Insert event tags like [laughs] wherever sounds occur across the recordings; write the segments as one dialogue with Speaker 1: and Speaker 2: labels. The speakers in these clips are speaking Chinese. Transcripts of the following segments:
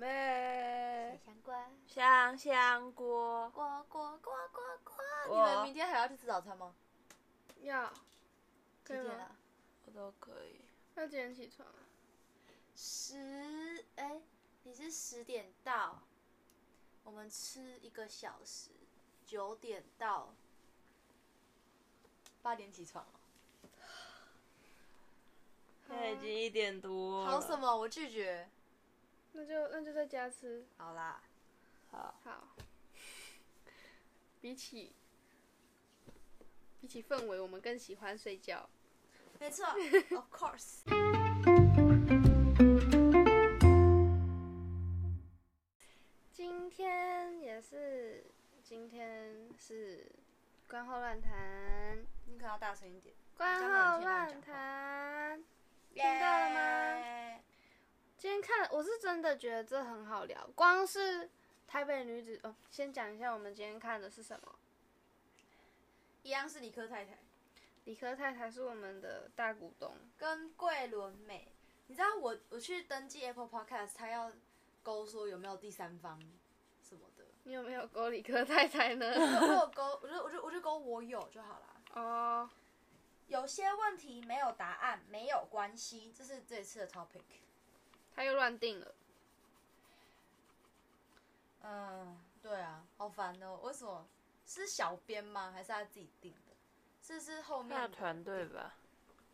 Speaker 1: 哎
Speaker 2: 酱香锅。
Speaker 1: 呱呱呱呱呱！你
Speaker 2: 我
Speaker 1: 们明天还要去吃早餐吗？
Speaker 3: 要，可
Speaker 1: 几
Speaker 3: 以
Speaker 1: 点
Speaker 3: 吗
Speaker 1: 啊？？
Speaker 2: 我都可以。
Speaker 3: 要几点起床啊？
Speaker 1: 十哎，你是十点到，我们吃一个小时，九点到，八点起床了。
Speaker 2: 现在已经一点多了。
Speaker 1: 好什？么？我拒绝。
Speaker 3: 那就那就在家吃。
Speaker 1: 好啦，
Speaker 2: 好，
Speaker 3: 好，比起比起氛围，我们更喜欢睡觉。
Speaker 1: 没 [laughs] 错，of course。
Speaker 3: 今天也是，今天是观后乱谈，
Speaker 1: 你可能要大声一点，
Speaker 3: 观
Speaker 1: 刚刚有
Speaker 3: 后
Speaker 1: 听到你
Speaker 3: 乱
Speaker 1: 讲话
Speaker 3: 谈。听到了吗
Speaker 1: 耶？
Speaker 3: 今天看，我是真的觉得这很好聊。光是台北女子，哦，先讲一下我们今天看的是什么。
Speaker 1: 一样是理科太太
Speaker 3: 理科太太是我们的大股东，
Speaker 1: 跟桂纶镁。你知道我我去登记 Apple Podcast，他要勾说有没有第三方什么的，
Speaker 3: 你有没有勾理科太太呢？ [laughs]
Speaker 1: 我有勾，我就我就我就勾我有就好啦。
Speaker 3: 哦，
Speaker 1: 有些问题没有答案没有关系，这是这一次的 topic。
Speaker 3: 他又乱定了。
Speaker 1: 嗯，对啊，好烦哦，为什么是小编吗？还是他自己定的？这是后面
Speaker 2: 那
Speaker 1: 的
Speaker 2: 团队吧，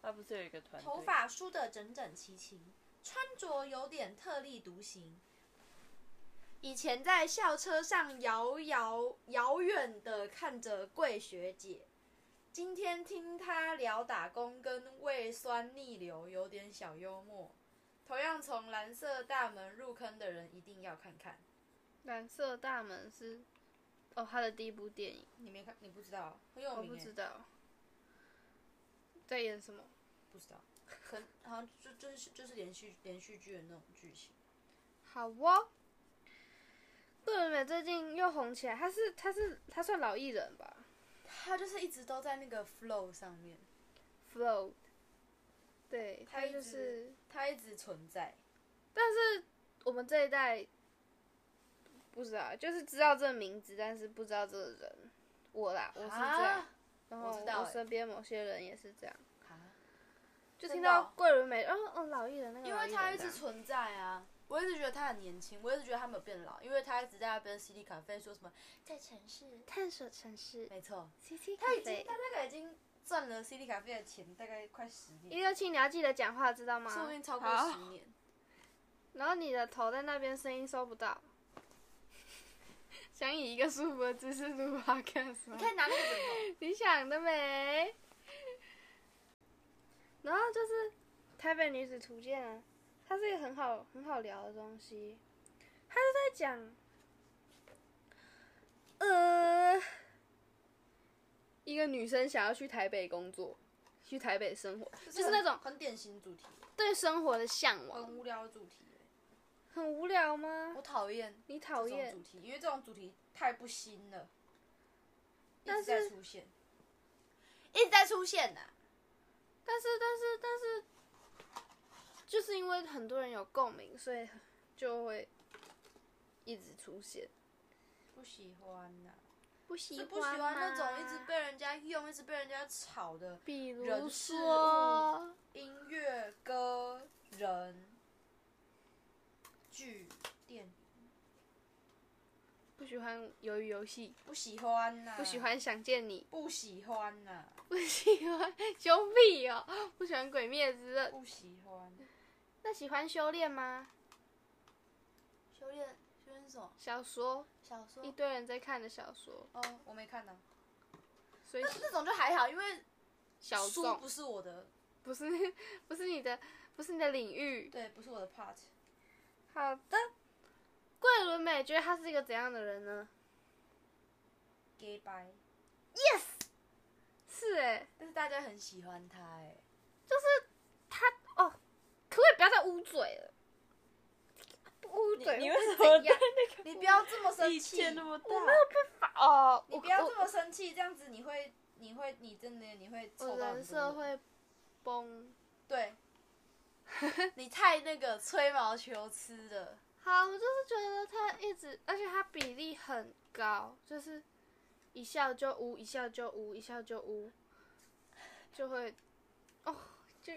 Speaker 2: 他不是有一个团队？
Speaker 1: 头发梳得整整齐齐，穿着有点特立独行。以前在校车上遥遥遥远的看着桂学姐，今天听她聊打工跟胃酸逆流，有点小幽默。同样从蓝色大门入坑的人一定要看看。
Speaker 3: 蓝色大门是，哦，他的第一部电影，
Speaker 1: 你没看？你不知道？很有
Speaker 3: 我
Speaker 1: 名、
Speaker 3: 不
Speaker 1: 欸
Speaker 3: 知道在演什么。
Speaker 1: 不知道，可能好像就就是就是连续连续剧的那种剧情。
Speaker 3: 好哦，桂纶镁最近又红起来，他是他是他算老艺人吧
Speaker 1: 他就是一直都在那个 flow 上面。
Speaker 3: ？Flow，对
Speaker 1: 她
Speaker 3: 他
Speaker 1: 一
Speaker 3: 就
Speaker 1: 直
Speaker 3: 是
Speaker 1: 它一直存在。
Speaker 3: 我们这一代不知道，就是知道这个名字，但是不知道这个人。我啦，我是这样，
Speaker 1: 啊
Speaker 3: 然后
Speaker 1: 我知道
Speaker 3: 我
Speaker 1: 欸
Speaker 3: 身边某些人也是这样，
Speaker 1: 啊
Speaker 3: 就
Speaker 1: 真
Speaker 3: 听
Speaker 1: 的哦
Speaker 3: 到桂纶镁，哦哦，老艺人那个
Speaker 1: 因
Speaker 3: 老艺
Speaker 1: 为
Speaker 3: 人
Speaker 1: 它一
Speaker 3: 这样
Speaker 1: 直存在啊。我一直觉得他很年轻，我一直觉得他没有变老，因为他一直在那边 CD 咖啡说什么在城市，
Speaker 3: 探索城市
Speaker 1: 没错，
Speaker 3: ，C C 咖
Speaker 1: 他已经
Speaker 3: 啡
Speaker 1: 他。大概已经赚了 CD 咖啡的钱，大概快十
Speaker 3: 一
Speaker 1: 年，啊
Speaker 3: 六七，你要记得讲话，知道吗？
Speaker 1: 说不定超过
Speaker 2: 好
Speaker 1: 十年。
Speaker 3: 然后你的头在那边，声音收不到。 [laughs] 想以一个舒服的姿势录 podcast 吗
Speaker 1: 你？看拿那个枕
Speaker 3: 你想得美。然后就是《台北女子图鉴》啊，它是一个很好很好聊的东西。它是在讲，呃，一个女生想要去台北工作，去台北生活，
Speaker 1: 头，
Speaker 3: 就是那种
Speaker 1: 很典型主题，
Speaker 3: 对生活的向往。
Speaker 1: 很无聊的主题欸。
Speaker 3: 很无聊吗
Speaker 1: 我？讨厌
Speaker 3: 你
Speaker 1: 这
Speaker 3: 讨
Speaker 1: 种
Speaker 3: 厌
Speaker 1: 主？题，因为这种主题太不新了，一
Speaker 3: 但
Speaker 1: 直在
Speaker 3: 是
Speaker 1: 出现，一直在出现啊呐、
Speaker 3: 但是但是但是，就是因为很多人有共鸣，所以就会一直出现。
Speaker 1: 不喜欢啊呐、
Speaker 3: 不喜
Speaker 1: 是
Speaker 3: 欢
Speaker 1: 不喜欢那种一直
Speaker 3: 吗，
Speaker 1: 被人家用、一直被人家炒的
Speaker 3: 啊比如
Speaker 1: 人事
Speaker 3: 说，
Speaker 1: 音乐、歌、人、剧、电影，
Speaker 3: 不喜欢鱿鱼游戏，
Speaker 1: 不喜欢呐、
Speaker 3: 不喜，欢想见你，
Speaker 1: 不喜欢呐、
Speaker 3: 不喜欢熊屁哦，不喜欢鬼灭之刃。
Speaker 1: 不喜欢。
Speaker 3: 那喜欢修炼吗？
Speaker 1: 修炼，修炼是什么？
Speaker 3: 小说，
Speaker 1: 小说
Speaker 3: 一？堆人在看的小说，
Speaker 1: 哦，我没看到。
Speaker 3: 所以
Speaker 1: 那那种就还好，因为
Speaker 3: 小
Speaker 1: 书
Speaker 3: 众
Speaker 1: 不是我的，
Speaker 3: 不是不是你的不是你的领域。
Speaker 1: 对，不是我的 part。
Speaker 3: 好的，桂纶镁觉得他是一个怎样的人呢？
Speaker 1: gay bye，
Speaker 3: 是哎、
Speaker 1: 但是大家很喜欢他哎、
Speaker 3: 哦可不可以不要再捂嘴了？捂嘴
Speaker 2: 你你
Speaker 3: 会
Speaker 2: 为什
Speaker 3: 怎
Speaker 2: 么
Speaker 3: 样？
Speaker 1: 你不要这么生
Speaker 2: 意
Speaker 1: 气，
Speaker 2: 见那么大？
Speaker 3: 哦，
Speaker 1: 你
Speaker 3: 我
Speaker 1: 不要
Speaker 3: 我
Speaker 1: 这么生气，这样子你会，你会，你真的你会
Speaker 3: 我
Speaker 1: 臭到
Speaker 3: 人
Speaker 1: 很多
Speaker 3: 设
Speaker 1: 人。
Speaker 3: 会崩
Speaker 1: [laughs] 对，你太那个吹毛求疵了。
Speaker 3: 好，我就是觉得他一直，而且他比例很高，就是一笑就呜，一笑就呜，一笑就呜，就会哦，就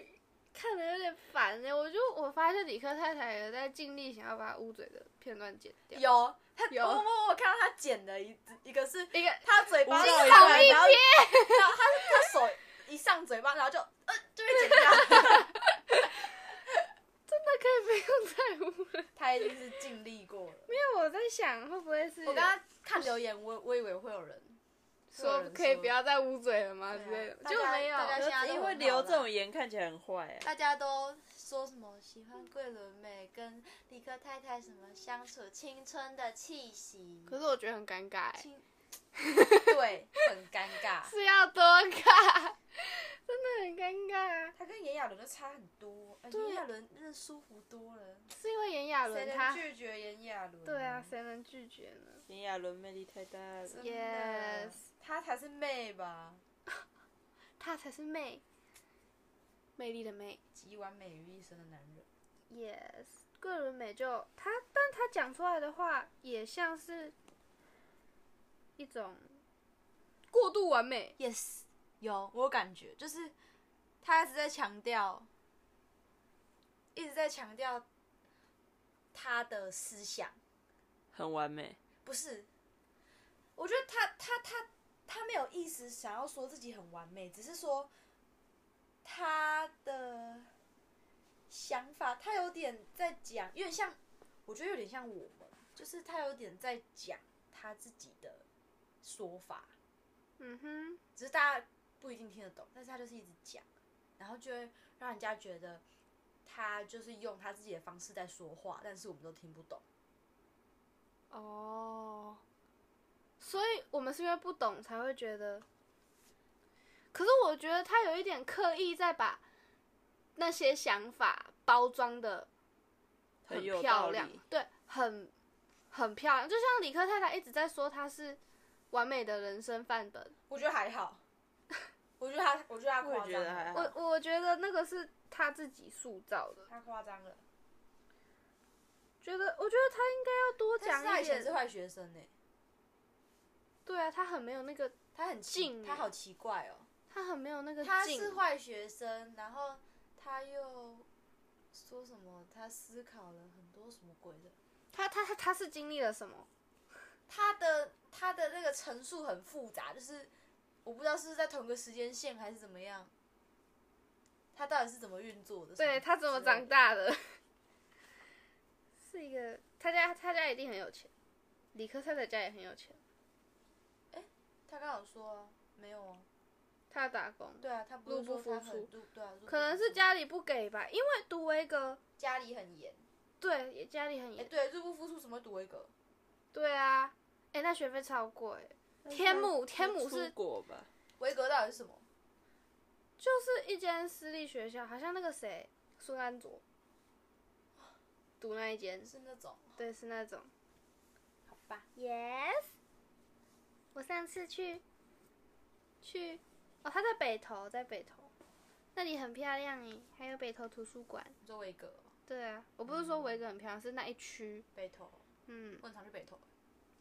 Speaker 3: 看的有点烦呢。我就我发现理科太太有在尽力想要把捂嘴的片段剪掉，
Speaker 1: 有他，
Speaker 3: 有
Speaker 1: 我我我看到他剪的一一个是
Speaker 3: 一个
Speaker 1: 他嘴巴
Speaker 2: 无
Speaker 1: 到
Speaker 2: 脑
Speaker 1: 一
Speaker 2: 一
Speaker 1: 半，
Speaker 2: 边
Speaker 1: 然后然后他他手一上嘴巴，然后就呃就被剪 [laughs] 掉。
Speaker 3: 真的可以不用再捂了。
Speaker 1: 他一定是尽力过了。
Speaker 3: 因为我在想会不会是
Speaker 1: 我刚刚看留言，我我以为会有人
Speaker 3: 说可以不。要再捂嘴了吗
Speaker 1: 对啊
Speaker 3: 之类的，
Speaker 1: 大
Speaker 3: 就
Speaker 1: 家
Speaker 3: 没有。
Speaker 1: 大家现在都
Speaker 2: 因为
Speaker 1: 很好
Speaker 2: 留
Speaker 1: 啦
Speaker 2: 这种言看起来很坏哎、
Speaker 1: 大家都说什么喜欢桂纶镁跟理科太太什么相处青春的气息，
Speaker 3: 可是我觉得很尴尬、欸，
Speaker 1: [laughs] 青对很尴尬。
Speaker 3: 是要多尬，真的很尴尬、啊。
Speaker 1: 他跟炎亚纶就差很多，呃
Speaker 3: 对
Speaker 1: 炎亚纶真的舒服多了。
Speaker 3: 是因为炎亚
Speaker 1: 谁
Speaker 3: 纶
Speaker 1: 能
Speaker 3: 他，
Speaker 1: 拒绝炎亚纶？
Speaker 3: 对啊，谁能拒绝呢？
Speaker 2: 炎亚纶魅力太大了，
Speaker 1: 真的
Speaker 3: Yes
Speaker 1: 他才是妹吧？
Speaker 3: 他才是魅，魅力的魅。
Speaker 1: 集完美于一身的男人，
Speaker 3: Yes，桂纶镁就他，但他讲出来的话也像是一种过度完美。
Speaker 1: yes，有我有感觉，就是他一直在强调，一直在强调他的思想，
Speaker 2: 很完美。
Speaker 1: 不是，我觉得他他他他没有意思想要说自己很完美，只是说他的想法，他有点在讲，有点像，我觉得有点像我们，就是他有点在讲他自己的说法，
Speaker 3: 嗯哼，
Speaker 1: 只是大家不一定听得懂，但是他就是一直讲，然后就会让人家觉得他就是用他自己的方式在说话，但是我们都听不懂。
Speaker 3: 哦，所以我们是因为不懂才会觉得。可是我觉得他有一点刻意在把那些想法包装的
Speaker 2: 很有
Speaker 3: 漂
Speaker 2: 道
Speaker 3: 亮
Speaker 2: 理，
Speaker 3: 对，很很漂亮。就像理科太太一直在说她是完美的人生范本，
Speaker 1: 我觉得还好，我觉得他，我觉得他夸
Speaker 2: 我也觉
Speaker 1: 张
Speaker 2: 得还
Speaker 1: 了，
Speaker 2: 好
Speaker 3: 我我觉得那个是她自己塑造的。
Speaker 1: 他夸张了。
Speaker 3: 觉得我觉得她应该要多
Speaker 1: 但是他
Speaker 3: 讲
Speaker 1: 以
Speaker 3: 一
Speaker 1: 前是
Speaker 3: 点，
Speaker 1: 坏学生呢、欸
Speaker 3: 对啊，她很没有那个，
Speaker 1: 他很
Speaker 3: 近
Speaker 1: 他好奇怪哦、
Speaker 3: 她很没有那个
Speaker 1: 他
Speaker 3: 劲
Speaker 1: 是。坏学生，然后他又说什么？他思考了很多什么鬼的？
Speaker 3: 她她她她是经历了什么？
Speaker 1: 他的他的那个陈述很复杂，就是我不知道是在同个时间线还是怎么样，他到底是怎么运作的？
Speaker 3: 对她怎么长
Speaker 1: 大？
Speaker 3: 大的？ [laughs] 是一个，她家她家一定很有钱，理科太太家也很有钱，
Speaker 1: 他刚好说啊，没有啊，
Speaker 3: 她打工，
Speaker 1: 对啊，他不是
Speaker 3: 入不
Speaker 1: 说他
Speaker 3: 敷
Speaker 1: 很
Speaker 3: 出
Speaker 1: 入对啊，入不
Speaker 3: 可能
Speaker 1: 敷
Speaker 3: 是
Speaker 1: 出
Speaker 3: 家里不给吧，因为读维格，
Speaker 1: 家里很严。
Speaker 3: 对，也家里很
Speaker 1: 哎、
Speaker 3: 严，
Speaker 1: 对，入不敷出什么读一个？
Speaker 3: 对啊，哎、那学费超贵，天母天母是
Speaker 2: 出国吧？
Speaker 1: 维格到底是什么？
Speaker 3: 就是一间私立学校，好像那个谁孙安卓读那一间，
Speaker 1: 是那种
Speaker 3: 对，是那种。
Speaker 1: 好吧？
Speaker 3: Yes，我上次去去哦，他在北投，在北投，那里很漂亮诶，还有北投图书馆。
Speaker 1: 你说维格
Speaker 3: 对啊，我不是说维格很漂亮，是那一区。
Speaker 1: 北投，
Speaker 3: 嗯，
Speaker 1: 我很常去北投。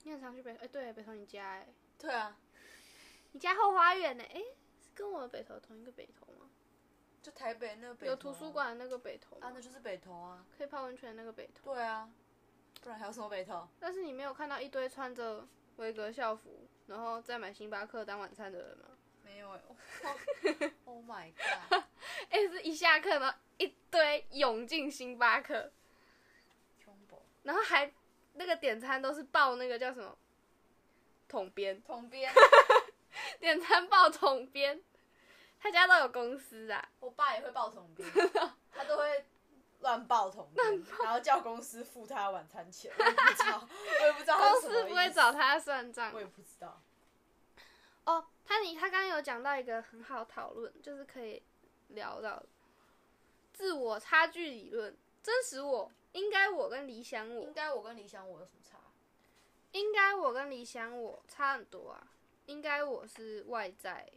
Speaker 3: 你很常去北哎、对，北投你家哎，
Speaker 1: 对啊，
Speaker 3: 你家后花园呢？哎、是跟我们北投同一个北投吗？
Speaker 1: 就台北那个北投啊
Speaker 3: 有图书馆的那个北投吗
Speaker 1: 啊，那就是北投啊。
Speaker 3: 可以泡温泉的那个北投。
Speaker 1: 对啊，不然还有什么北投？
Speaker 3: 但是你没有看到一堆穿着维格校服，然后再买星巴克当晚餐的人吗？
Speaker 1: 没有哎、o h my god，
Speaker 3: 哎、是一下课呢，一堆涌进星巴克，
Speaker 1: 穷博
Speaker 3: 然后还那个点餐都是报那个叫什么统编， [laughs]
Speaker 1: 同编，
Speaker 3: 点餐报统编，他家都有公司啊，
Speaker 1: [laughs] 我爸也会报同 [laughs] 编，他都会乱报同编，然后叫公司付他晚餐钱。我也不知道，我也不知道他
Speaker 3: 公
Speaker 1: 是什么
Speaker 3: 司不会
Speaker 1: 意思
Speaker 3: 找，他算账
Speaker 1: 我也不知道。
Speaker 3: 哦。他你他刚刚有讲到一个很好讨论，就是可以聊到自我差距理论，真实我。应该我跟理想我
Speaker 1: 应，该我跟理想我有什么差？
Speaker 3: 应该我跟理想我差很多啊，应该我是外在。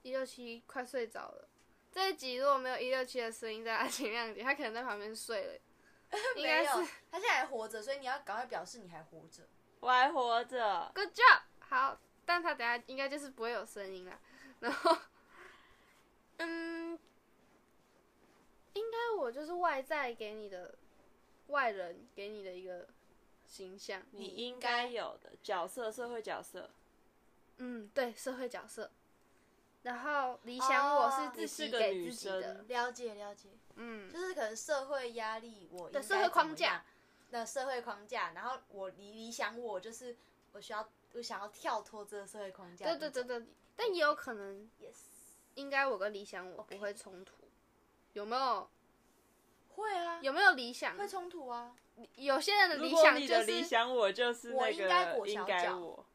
Speaker 3: 一六七快
Speaker 1: [laughs]
Speaker 3: 睡着了，这一集如果没有一六七的声音在他前两集，他可能在旁边睡了。应
Speaker 1: 没
Speaker 3: 该
Speaker 1: 有
Speaker 3: 是，
Speaker 1: 他现在还活着，所以你要赶快表示你还活着。
Speaker 2: 我还活着。
Speaker 3: Good job，好，但他等下应该就是不会有声音了。然后，嗯，应该我就是外在给你的外人给你的一个形象，
Speaker 2: 你应该有的角色，社会角色，
Speaker 3: 嗯，对，社会角色。然后理想我是
Speaker 1: 哦
Speaker 3: 自己
Speaker 2: 你是个
Speaker 3: 给
Speaker 2: 女
Speaker 3: 自己的
Speaker 2: 生，
Speaker 1: 了解了解，
Speaker 3: 嗯，
Speaker 1: 就是可能社会压力我的
Speaker 3: 社会框架，
Speaker 1: 的社会框架，然后我理理想我就是我需要我想要跳脱这个社会框架。
Speaker 3: 对对对对，但也有可能，
Speaker 1: ，yes，
Speaker 3: 应该我跟理想我不会冲突，有没
Speaker 2: 啊
Speaker 3: 有？
Speaker 1: 会啊，
Speaker 3: 有没有理想？
Speaker 1: 会冲突啊。
Speaker 3: 有些人的
Speaker 2: 如
Speaker 3: 理
Speaker 2: 果
Speaker 3: 想
Speaker 2: 你
Speaker 3: 就
Speaker 2: 的
Speaker 3: 是
Speaker 2: 理想我就是
Speaker 1: 我
Speaker 2: 那
Speaker 1: 应该裹
Speaker 2: 个
Speaker 1: 小
Speaker 2: 应该
Speaker 1: 脚
Speaker 2: 我，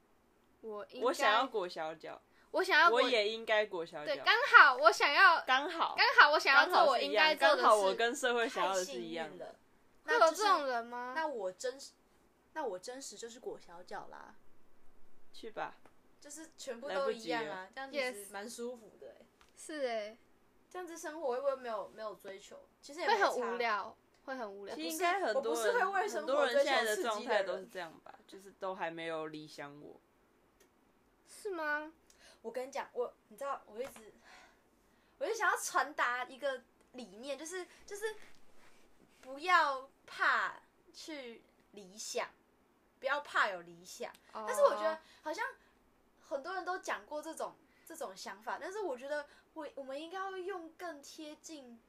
Speaker 3: 我应
Speaker 2: 我想
Speaker 3: 该
Speaker 2: 要裹小脚，
Speaker 3: 我想要
Speaker 2: 我
Speaker 3: 我
Speaker 2: 也应该裹小
Speaker 3: 对，
Speaker 2: 脚，
Speaker 3: 刚好我想要
Speaker 2: 刚好
Speaker 3: 刚好我想要
Speaker 2: 刚
Speaker 3: 做
Speaker 2: 好
Speaker 3: 我
Speaker 2: 是
Speaker 3: 应
Speaker 2: 一
Speaker 3: 该
Speaker 2: 样，
Speaker 3: 做的
Speaker 2: 刚
Speaker 3: 事，
Speaker 2: 好我跟社会想
Speaker 1: 太
Speaker 2: 要的是
Speaker 1: 幸
Speaker 2: 一
Speaker 1: 运
Speaker 2: 样
Speaker 1: 了
Speaker 2: 的。。
Speaker 3: 会有
Speaker 1: 那
Speaker 3: 这
Speaker 1: 就是
Speaker 3: 种人吗？
Speaker 1: 那我真实，那我真实就是裹小脚啦，
Speaker 2: 去吧，
Speaker 1: 就是全部
Speaker 2: 来
Speaker 1: 都
Speaker 2: 不
Speaker 1: 一
Speaker 2: 及
Speaker 1: 样
Speaker 2: 了
Speaker 1: 啊，这样其实
Speaker 3: Yes
Speaker 1: 蛮舒服的、欸。
Speaker 3: 是哎、
Speaker 1: 这样子生活会不会没有没有追求？其实也
Speaker 3: 会
Speaker 1: 没
Speaker 3: 很
Speaker 1: 差啊
Speaker 3: 无。聊，会很无聊
Speaker 2: 其。
Speaker 1: 不
Speaker 2: 实应
Speaker 1: 是
Speaker 2: 该很
Speaker 1: 我不
Speaker 2: 多
Speaker 1: 是会
Speaker 2: 人
Speaker 1: 为
Speaker 2: 很
Speaker 1: 生
Speaker 2: 多
Speaker 1: 活
Speaker 2: 人
Speaker 1: 追
Speaker 2: 现在
Speaker 1: 求
Speaker 2: 的
Speaker 1: 刺
Speaker 2: 状
Speaker 1: 激的
Speaker 2: 态都是
Speaker 1: 人
Speaker 2: 这样吧，就是都还没有理想
Speaker 1: [laughs]
Speaker 2: 我。
Speaker 3: 是吗？
Speaker 1: 我跟你讲，我你知道，我一直，我就想要传达一个理念，就是就是不要怕去理想，不要怕有理想。但
Speaker 3: 但
Speaker 1: 是我觉
Speaker 2: 哦
Speaker 1: 得好像很多人都讲过这种这种想法，但是我觉得我我们应该要用更贴近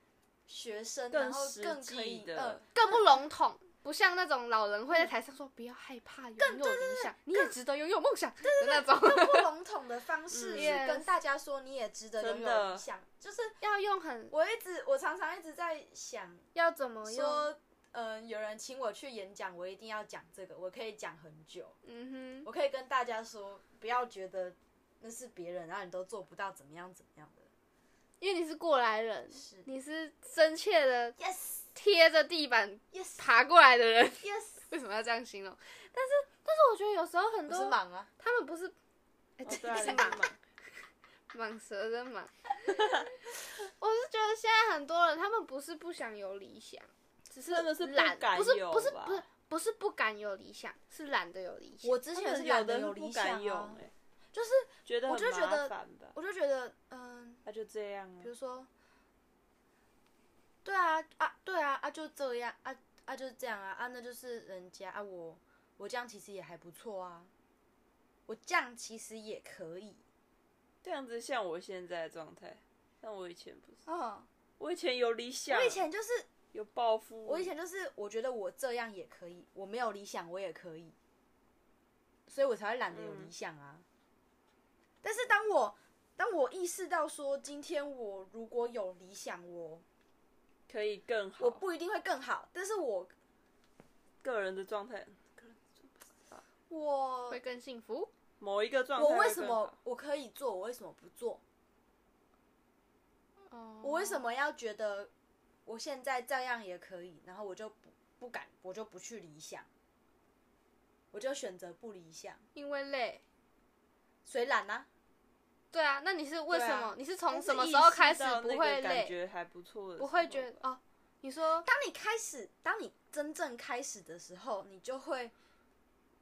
Speaker 1: 学生，
Speaker 2: 更
Speaker 1: 然后
Speaker 2: 实
Speaker 1: 更
Speaker 2: 际
Speaker 1: 可以
Speaker 2: 的
Speaker 1: 呃，
Speaker 2: 嗯
Speaker 3: 更不笼统，不像那种老人会在台上说不要害怕拥有理想，你也值得拥有梦想的那种，
Speaker 1: 呃更不笼统的
Speaker 2: [laughs]
Speaker 1: 方式
Speaker 3: 嗯
Speaker 1: 去
Speaker 3: Yes
Speaker 1: 跟大家说，你也值得拥
Speaker 2: 真
Speaker 1: 有
Speaker 2: 的
Speaker 1: 理想。就是
Speaker 3: 要用很
Speaker 1: 我一直我常常一直在想
Speaker 3: 要怎么用？
Speaker 1: 说，嗯、有人请我去演讲，我一定要讲这个，我可以讲很久，
Speaker 3: 嗯哼，
Speaker 1: 我可以跟大家说，不要觉得那是别人，然啊后你都做不到，怎么样怎么样的。
Speaker 3: 因为你是过来人，
Speaker 1: 是
Speaker 3: 你是真切的
Speaker 1: yes
Speaker 3: 贴着地板
Speaker 1: yes
Speaker 3: 爬过来的人， [laughs]
Speaker 1: yes，
Speaker 3: 为什么要这样形容？但是但是我觉得有时候很
Speaker 1: 不是
Speaker 3: 多
Speaker 1: 忙啊。
Speaker 3: 他们不是，哎、
Speaker 2: 哦
Speaker 3: 这
Speaker 2: 对啊，
Speaker 3: 是
Speaker 2: 你
Speaker 3: 马
Speaker 2: 嘛，
Speaker 3: 蟒蛇的蟒。 [laughs] 我是觉得现在很多人，他们不是不想有理想，只是
Speaker 2: 真的是不
Speaker 3: 懒，
Speaker 2: 敢
Speaker 3: 不是
Speaker 2: 有
Speaker 3: 不是
Speaker 2: 吧
Speaker 3: 不是不是不敢有理想，是懒得有理想。
Speaker 1: 我之
Speaker 2: 他
Speaker 1: 前是
Speaker 2: 们
Speaker 1: 懒
Speaker 2: 有
Speaker 1: 得
Speaker 2: 的
Speaker 1: 有
Speaker 2: 是
Speaker 1: 理
Speaker 2: 不
Speaker 1: 想
Speaker 2: 敢有
Speaker 1: 啊，
Speaker 2: 欸
Speaker 1: 就是
Speaker 2: 觉得
Speaker 1: 我
Speaker 2: 很
Speaker 1: 就觉
Speaker 2: 麻
Speaker 1: 得
Speaker 2: 烦吧，
Speaker 1: 我就觉得，嗯，
Speaker 2: 那就这样啊
Speaker 1: 比。如说，对啊啊，对啊啊，就这样啊啊，就是这样啊啊，那就是人家啊，我我这样其实也还不错啊，我这样其实也可以，
Speaker 2: 这样子像我现在的状态，但我以前不是，
Speaker 1: 嗯，
Speaker 2: 我以前有理想，
Speaker 1: 我以前就是，
Speaker 2: 有抱负，
Speaker 1: 我以前就是，我觉得我这样也可以，我没有理想我也可以，所以我才会懒得有
Speaker 2: 嗯
Speaker 1: 理想啊。但是当我当我意识到说，今天我如果有理想，我
Speaker 2: 可以更好。
Speaker 1: 我不一定会更好，但是我
Speaker 2: 个人的状态，
Speaker 1: 我
Speaker 3: 会更幸福。
Speaker 2: 某一个状态会
Speaker 1: 我
Speaker 2: 更好，
Speaker 1: 为什么我可以做，我为什么不做？
Speaker 3: 哦
Speaker 1: 我为什么要觉得我现在这样也可以，然后我就不不敢，我就不去理想，我就选择不理想，
Speaker 3: 因为累？
Speaker 1: 谁懒啊呢？
Speaker 3: 对啊，那你是为什么？
Speaker 1: 对啊
Speaker 3: 你是从
Speaker 2: 但是
Speaker 3: 什么
Speaker 2: 意
Speaker 3: 时候
Speaker 2: 识
Speaker 3: 开始
Speaker 2: 到
Speaker 3: 不
Speaker 2: 那个
Speaker 3: 会
Speaker 2: 感
Speaker 3: 累？
Speaker 2: 觉还不错的时
Speaker 3: 不
Speaker 2: 候吧，
Speaker 3: 会觉得哦？你说
Speaker 1: 当你开始，当你真正开始的时候，你就会，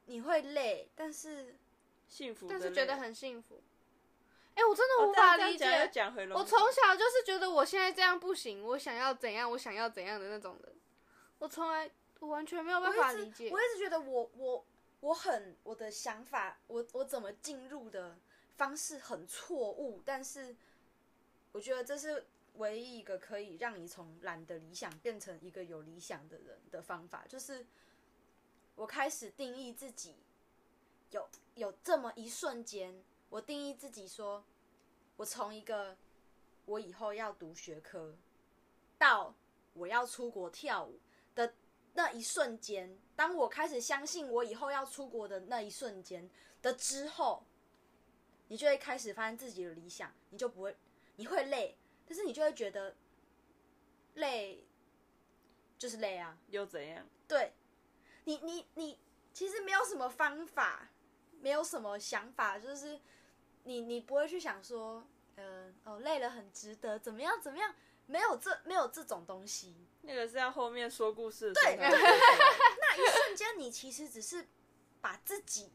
Speaker 1: 你会累，但是
Speaker 2: 幸福的
Speaker 3: 但
Speaker 2: 累，
Speaker 3: 是觉得很幸福。哎、我真的无
Speaker 2: 哦
Speaker 3: 法
Speaker 2: 但这样
Speaker 3: 理解。
Speaker 2: 讲又讲回笼
Speaker 3: 我
Speaker 2: 统，
Speaker 3: 从小就是觉得我现在这样不行，我想要怎样，我想要怎样的那种人。我从来我完全没有办法
Speaker 1: 我
Speaker 3: 理
Speaker 1: 一直
Speaker 3: 解
Speaker 1: 我。一直觉得我我我很我的想法，我我怎么进入的方式很错误，但是我觉得这是唯一一个可以让你从懒的理想变成一个有理想的人的方法，就是我开始定义自己有有这么一瞬间，我定义自己说，我从一个我以后要读学科到我要出国跳舞的那一瞬间，当我开始相信我以后要出国的那一瞬间的之后，你就会开始发现自己的理想，你就不会，你会累，但是你就会觉得累就是累啊，
Speaker 2: 又怎样？
Speaker 1: 对你，你你其实没有什么方法，没有什么想法，就是你你不会去想呃说，嗯、哦累了很值得，怎么样怎么样，没有这没有这种东西，
Speaker 2: 那那个是要后面说故事的
Speaker 1: 对
Speaker 2: 时候才会说 [laughs] 出
Speaker 1: 那一瞬间你其实只是把自己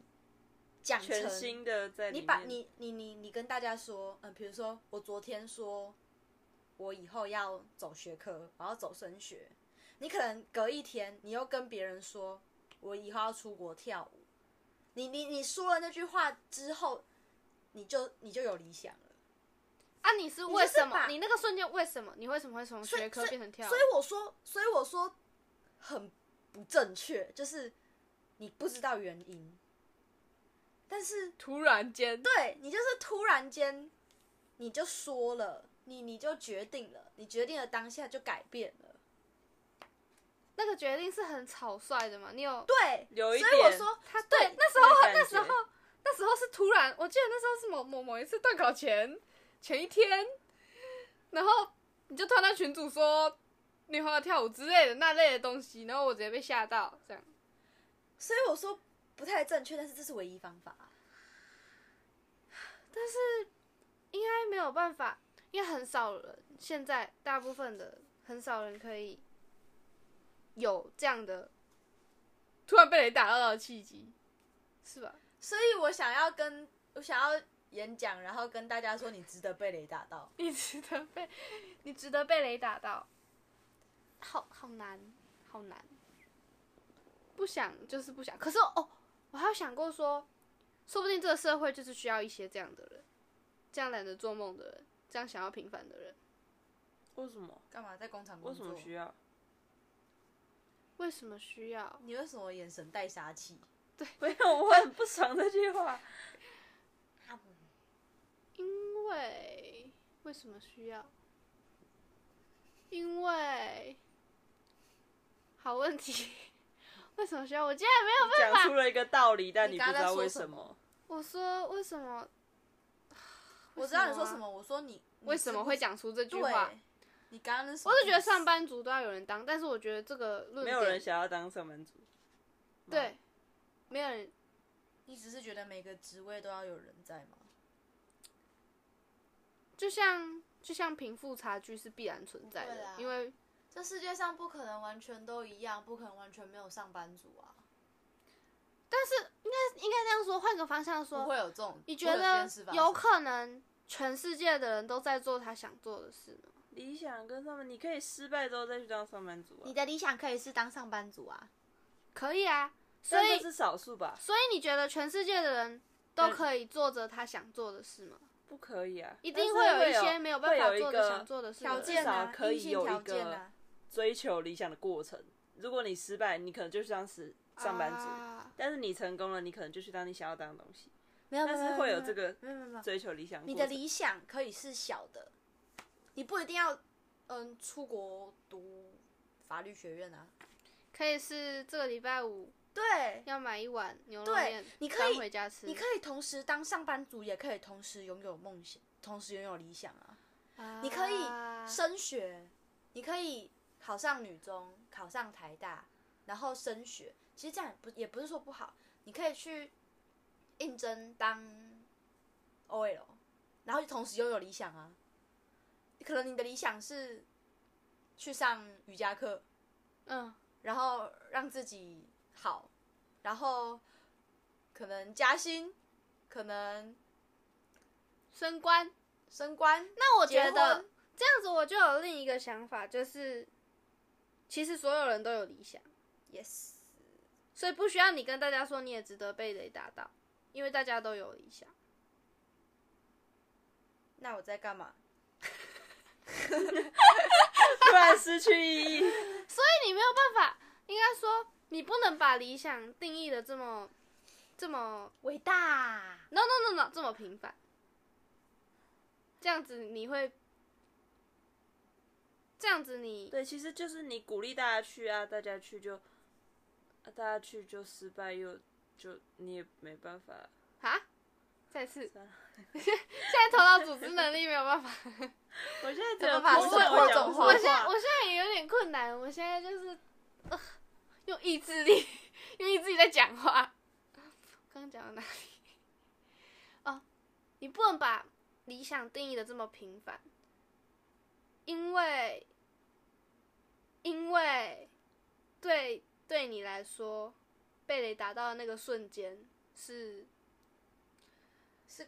Speaker 1: 讲
Speaker 2: 来，全
Speaker 1: 成
Speaker 2: 新的在里
Speaker 1: 你
Speaker 2: 面。
Speaker 1: 把你你你你跟大家说，嗯，比如说我昨天说，我以后要走学科，我要走升学，你可能隔一天你又跟别人说，我以后要出国跳舞，你你你说了那句话之后，你就你就有理想了，
Speaker 3: 啊，你是为什
Speaker 1: 你就是
Speaker 3: 么？
Speaker 1: 把
Speaker 3: 你那个瞬间为什么？你为什么会从学科变成跳舞
Speaker 1: 所以？我说，所以我说很不正确，就是你不知道原因，但是
Speaker 3: 突然间，
Speaker 1: 对你就是突然间你就说了，你你就决定了，你决定了当下就改变了。
Speaker 3: 那个决定是很草率的嘛？你有
Speaker 1: 对，
Speaker 2: 有一
Speaker 1: 所以我
Speaker 2: 点
Speaker 1: 说
Speaker 3: 他
Speaker 1: 对
Speaker 3: 对那时候
Speaker 2: 那感
Speaker 3: 那时
Speaker 2: 觉
Speaker 3: 候那时候是突然，我记得那时候是某某某一次断考前前一天，然后你就突然在群主说你好要跳舞之类的那类的东西，然后我直接被吓到，这样
Speaker 1: 所以我说不太正确，但是这是唯一方法。
Speaker 3: 应该没有办法，因为很少人现在大部分的很少人可以有这样的突然被雷打到的契机，是吧？ [laughs]
Speaker 1: 所以我想要跟我想要演讲，然后跟大家说，你值得被雷打到。
Speaker 3: 你值得被，你值得被雷打到，好好难，好难，不想就是不想。可是哦，我还有想过说，说不定这个社会就是需要一些这样的人，这样懒得做梦的人，这样想要平凡的人。
Speaker 2: 为什么？
Speaker 1: 干嘛在工厂
Speaker 2: 为
Speaker 1: 工
Speaker 2: 什
Speaker 1: 作？
Speaker 2: 么需要？ [laughs]
Speaker 3: 为什么需要？
Speaker 1: 你为什么眼神带杀气？
Speaker 2: 没有，我很不爽这句话。
Speaker 3: 因为为什么需要？因为好问题，为什么需要？我今天没有。
Speaker 2: 你讲出了一个道理，但
Speaker 1: 你
Speaker 2: 你不
Speaker 1: 刚
Speaker 2: 知
Speaker 1: 刚在
Speaker 2: 道
Speaker 1: 说
Speaker 2: 为
Speaker 1: 什
Speaker 2: 什
Speaker 1: 么
Speaker 2: 么。
Speaker 3: 我说为什么？
Speaker 1: 我知道你说
Speaker 3: 啊
Speaker 1: 什么，我说你你
Speaker 3: 为什
Speaker 1: 是
Speaker 3: 么
Speaker 1: 不
Speaker 3: 会
Speaker 1: 是
Speaker 3: 讲出这句
Speaker 1: 对
Speaker 3: 话？？
Speaker 1: 你刚刚那什
Speaker 3: 我
Speaker 1: 么
Speaker 3: 是觉得
Speaker 1: 意思
Speaker 3: 上班族都要有人当，但是我觉得这个论
Speaker 2: 没有人
Speaker 3: 点
Speaker 2: 想要当上班族。
Speaker 3: 对，没有人
Speaker 1: 你只是觉得每个职位都要有人在吗？
Speaker 3: 就像就像贫富差距是必然存在
Speaker 1: 不会
Speaker 3: 的
Speaker 1: 啦，
Speaker 3: 因为
Speaker 1: 这世界上不可能完全都一样，不可能完全没有上班族啊，
Speaker 3: 应该这样说，换个方向
Speaker 1: 不
Speaker 3: 说，
Speaker 1: 会有这种。
Speaker 3: 你
Speaker 1: 不
Speaker 3: 觉
Speaker 1: 会有这
Speaker 3: 得
Speaker 1: 件事吧
Speaker 3: 有可能全世界的人都在做他想做的事吗？
Speaker 2: 理想跟他们，你可以失败之后再去当上班族啊。
Speaker 1: 的理想可以是当上班族啊？
Speaker 3: 可以啊，所
Speaker 2: 但这
Speaker 3: 以
Speaker 2: 是少数吧？
Speaker 3: 所以你觉得全世界的人都可以做着他想做的事吗？
Speaker 2: 不可以啊，
Speaker 3: 一
Speaker 2: 但
Speaker 3: 定
Speaker 2: 是
Speaker 3: 会有
Speaker 2: 有
Speaker 3: 一些没有办法
Speaker 2: 会有
Speaker 3: 做
Speaker 2: 一
Speaker 3: 着
Speaker 2: 个
Speaker 3: 想做的事的
Speaker 1: 条
Speaker 3: 人，
Speaker 1: 件啊，
Speaker 2: 至少可以
Speaker 1: 硬性
Speaker 2: 有一
Speaker 1: 条
Speaker 2: 个
Speaker 1: 件啊。
Speaker 2: 追求理想的过程。如果你失败，你可能就去当时上班族；
Speaker 3: 啊
Speaker 2: 但是你成功了，你可能就去当你想要当的东西。
Speaker 1: 没有，
Speaker 2: 但
Speaker 1: 没有
Speaker 2: 是会有这个
Speaker 1: 没有没有没有，
Speaker 2: 追求理想过程，
Speaker 1: 你的理想可以是小的，你不一定要嗯出国读法律学院啊。
Speaker 3: 可以是这个礼拜五
Speaker 1: 对，
Speaker 3: 要买一碗牛肉
Speaker 1: 对
Speaker 3: 面，
Speaker 1: 你可以
Speaker 3: 当回家吃。
Speaker 1: 你可以同时当上班族，也可以同时拥有梦想，同时拥有理想啊。你可以
Speaker 3: 啊
Speaker 1: 升学，你可以考上女中，考上台大，然后升学。其实这样也不也不是说不好，你可以去应征当 OL，然后同时拥有理想啊。可能你的理想是去上瑜伽课，
Speaker 3: 嗯，
Speaker 1: 然后让自己好，然后可能加薪，可能
Speaker 3: 升官。
Speaker 1: 升官。
Speaker 3: 那我觉
Speaker 1: 结
Speaker 3: 得
Speaker 1: 婚
Speaker 3: 这样子，我就有另一个想法，就是其实所有人都有理想，
Speaker 1: yes，
Speaker 3: 所以不需要你跟大家说你也值得被雷打到，因为大家都有理想。
Speaker 1: 那我在干嘛？
Speaker 2: 突然失去意义。 [laughs]
Speaker 3: 所以你没有办法，应该说你不能把理想定义的这么这么
Speaker 1: 伟大。
Speaker 3: no no no no 这么平凡，这样子你会。这样子你
Speaker 2: 对，其实就是你鼓励大家去啊，大家去就，啊、大家去就失败又就你也没办法。
Speaker 3: 啊，再次，
Speaker 2: 算了
Speaker 3: [laughs] 现在头脑组织能力没有办法。
Speaker 2: 我现在
Speaker 1: 怎么
Speaker 2: 怎
Speaker 1: 把
Speaker 2: 么
Speaker 1: 生
Speaker 2: 不会
Speaker 1: 活
Speaker 2: 我讲
Speaker 1: 总
Speaker 2: 不
Speaker 1: 化
Speaker 3: 啊
Speaker 2: 会
Speaker 3: 我现在我现在也有点困难，我现在就是、呃用意志力， [laughs] 用意志力在讲话。刚刚讲到哪里？哦，你不能把理想定义的这么平凡，因为因为对对你来说，被雷打到的那个瞬间是
Speaker 1: 是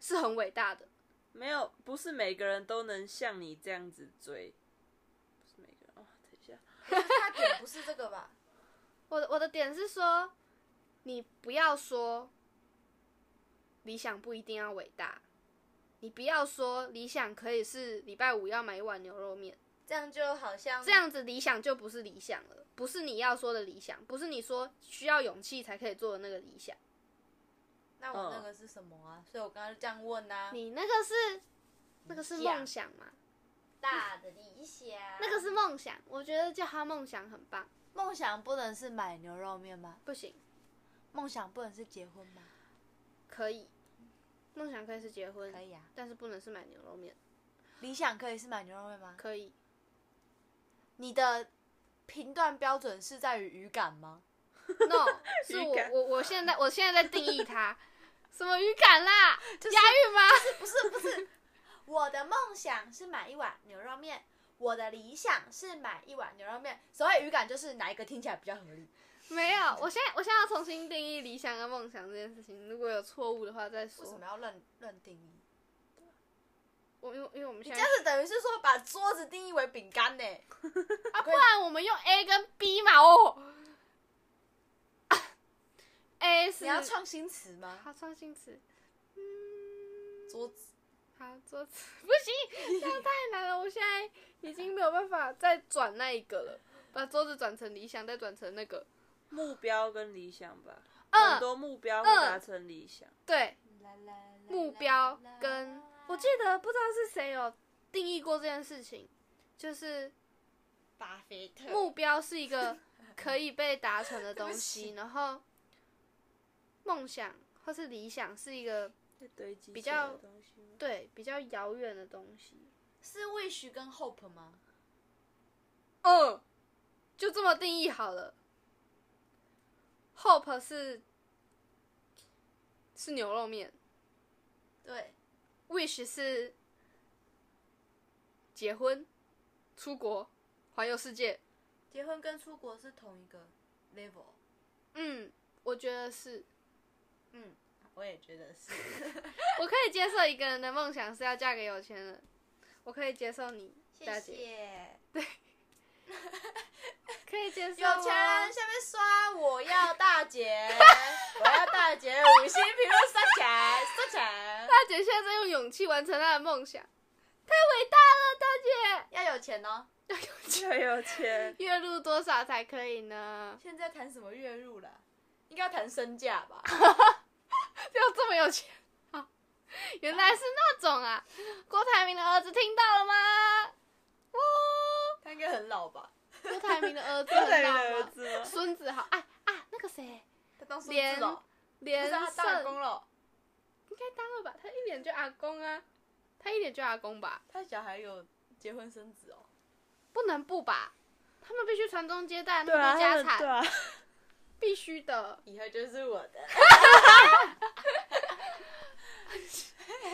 Speaker 3: 是很伟大的。
Speaker 2: 没有，不是每个人都能像你这样子追，不是每个人哦。等一下，
Speaker 1: 他点不是这个吧？
Speaker 3: 我的我的点是说，你不要说理想不一定要伟大，你不要说理想可以是礼拜五要买一碗牛肉面，
Speaker 1: [laughs] 这样就好像
Speaker 3: 这样子理想就不是理想了，不是你要说的理想，不是你说需要勇气才可以做的那个理想。
Speaker 1: 那我那个是什么啊？所以我刚刚就这样问啊。
Speaker 3: 你那个是那个是梦想嘛？
Speaker 1: 大的理想，
Speaker 3: 那个是梦想，我觉得叫他梦想很棒。
Speaker 1: 梦想不能是买牛肉面吗？
Speaker 3: 不行，
Speaker 1: 梦想不能是结婚吗？
Speaker 3: 可以，梦想可以是结婚，
Speaker 1: 可以啊
Speaker 3: 但是不能是买牛肉面，
Speaker 1: 理想可以是买牛肉面吗？
Speaker 3: 可以。
Speaker 1: 你的评断标准是在于语感吗？ [laughs]
Speaker 3: No，是我
Speaker 2: 语感
Speaker 3: 我我现在我现在在定义它， [laughs] 什么语感啦？押韵吗？
Speaker 1: 不是不是，我的梦想是买一碗牛肉面，我的理想是买一碗牛肉面。所谓语感就是哪一个听起来比较合理？
Speaker 3: 没有，我现在我现在要重新定义理想跟梦想这件事情。如果有错误的话再说
Speaker 1: 为。什么要认认定义？
Speaker 3: 我因为因为我们现
Speaker 1: 这
Speaker 3: 在
Speaker 1: 样，子等于是说把桌子定义为饼干呢？
Speaker 3: 啊、不然我们用 A 跟 B 嘛哦。A 是
Speaker 1: 你要创新词吗？
Speaker 3: 好创新词，
Speaker 1: 桌子
Speaker 3: 好桌子不行，这样太难了。我现在已经没有办法再转那一个了，把桌子转成理想，再转成那个。
Speaker 2: 目标跟理想吧，
Speaker 3: 嗯
Speaker 2: 很多目标会达成理想。
Speaker 3: 对，
Speaker 1: 啦啦啦
Speaker 3: 目标跟我记得不知道是谁有定义过这件事情，就是
Speaker 1: 巴菲特
Speaker 3: 目标是一个可以被达成的东
Speaker 1: 对
Speaker 3: 西，然后梦想或是理想是一个
Speaker 2: 在堆积
Speaker 3: 比较
Speaker 2: 起来的东西吗 [laughs]
Speaker 3: 对比较遥远的东西。
Speaker 1: 是 wish 跟 hope 吗？
Speaker 3: 哦，就这么定义好了。Hope 是是牛肉面
Speaker 1: 对，
Speaker 3: ，Wish 是结婚、出国、环游世界。
Speaker 1: 结婚跟出国是同一个 level。
Speaker 3: 嗯，我觉得是，
Speaker 1: 嗯，我也觉得是。
Speaker 3: [laughs] 我可以接受一个人的梦想是要嫁给有钱人，我可以接受你，大姐，
Speaker 1: 谢。
Speaker 3: 可以接受
Speaker 1: 有钱
Speaker 3: 啊
Speaker 1: 人下面刷，我要大姐， [laughs] 我要大姐，五星评论刷起来，刷起来。
Speaker 3: 大姐现在在用勇气完成她的梦想，太伟大了，大姐。，
Speaker 1: 要有钱哦！
Speaker 2: 就有钱 [laughs]
Speaker 3: 月入多少才可以呢？
Speaker 1: 现在谈什么月入了？应该要谈身价吧？
Speaker 3: 要这么有钱啊？ [laughs] 原来是那种啊！郭台铭的儿子听到了吗？哦，
Speaker 1: [laughs] 他应该很老吧？
Speaker 3: 郭台铭的儿子
Speaker 2: 都等
Speaker 3: 很
Speaker 2: 于
Speaker 3: 老
Speaker 2: 儿
Speaker 3: 吗？
Speaker 2: 子 [laughs] 吗？
Speaker 3: 孙子好啊啊，那个谁，
Speaker 1: 他当孙
Speaker 3: 连
Speaker 1: 子了，不
Speaker 3: 连
Speaker 1: 是啊他当
Speaker 3: 胜
Speaker 1: 阿公了，
Speaker 3: 应该当了吧？他一脸就阿公啊，他一脸就阿公吧？
Speaker 1: 他小孩有结婚生子哦。。
Speaker 3: 不能不吧？他们必须传宗接代，那
Speaker 2: 对
Speaker 3: 么
Speaker 2: 啊，
Speaker 3: 多家
Speaker 2: 他们
Speaker 3: 产，
Speaker 2: 对 [laughs] 啊，
Speaker 3: 必须的
Speaker 1: 以后就是我的。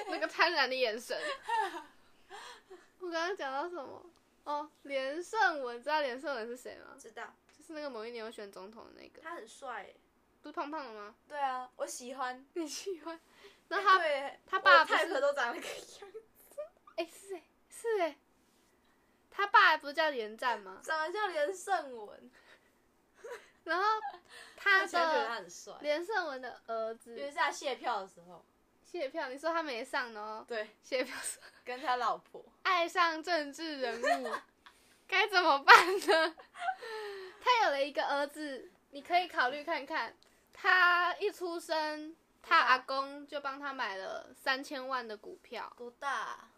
Speaker 3: 那个贪婪的眼神。 [laughs] 我刚刚讲到什么？哦，连胜文，知道连胜文是谁吗？
Speaker 1: 知道，
Speaker 3: 就是那个某一年有选总统的那个，
Speaker 1: 他很帅耶。
Speaker 3: 不是胖胖的吗？
Speaker 1: 对啊，我喜欢。
Speaker 3: 你喜欢？那他
Speaker 1: 对，
Speaker 3: 他爸
Speaker 1: 我
Speaker 3: 不是
Speaker 1: type 都长那个样，
Speaker 3: 哎、是谁？是哎、他爸不是叫连战吗？
Speaker 1: 长得像连胜文。
Speaker 3: 然后
Speaker 1: 他
Speaker 3: 他
Speaker 1: 觉得
Speaker 3: 的
Speaker 1: 他很帅，
Speaker 3: 连胜文的儿
Speaker 1: 因为
Speaker 3: 子
Speaker 1: 是他卸票的时候，
Speaker 3: 谢票，你说他没上哦？
Speaker 1: 对，
Speaker 3: 谢票说
Speaker 1: 跟他老婆。
Speaker 3: 爱上政治人物，该怎么办呢？他有了一个儿子，你可以考虑看看。他一出生，他阿公就帮他买了三千万的股票，
Speaker 1: 多大、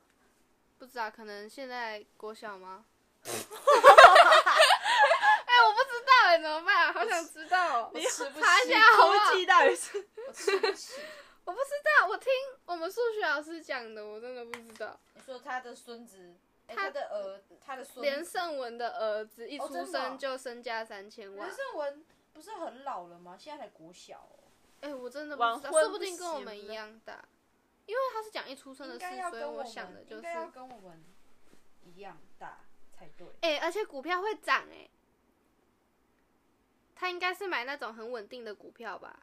Speaker 3: 不知道可能现在国小吗？ [laughs] 哎、我不知道哎、怎么办、好想知道、哦。
Speaker 1: 我吃不
Speaker 3: 查一
Speaker 1: 起
Speaker 2: [laughs]
Speaker 3: 下，好不好
Speaker 2: 估？计到底 [laughs] 是
Speaker 1: 我吃不起。
Speaker 3: 我不知道，我听我们数学老师讲的，我真的不知道。
Speaker 1: 你说他的孙子，哎他的儿，他的孙子，
Speaker 3: 连胜文的儿子一
Speaker 1: 哦
Speaker 3: 出
Speaker 1: 真的哦
Speaker 3: 生就身价三千万
Speaker 1: 连，胜文不是很老了吗？现在才国小哦、
Speaker 3: 哎、我真的不
Speaker 2: 晚
Speaker 3: 知道，
Speaker 2: 婚
Speaker 3: 说不
Speaker 2: 不
Speaker 3: 定跟我
Speaker 2: 行
Speaker 3: 们一
Speaker 2: 了
Speaker 3: 样大，因为他是讲一出生的
Speaker 1: 应
Speaker 3: 事
Speaker 1: 该要，
Speaker 3: 所以
Speaker 1: 跟我
Speaker 3: 想的
Speaker 1: 们，
Speaker 3: 就是
Speaker 1: 应该要跟我们一样大，才对。
Speaker 3: 哎、而且股票会涨哎、他应该是买那种很稳定的股票吧？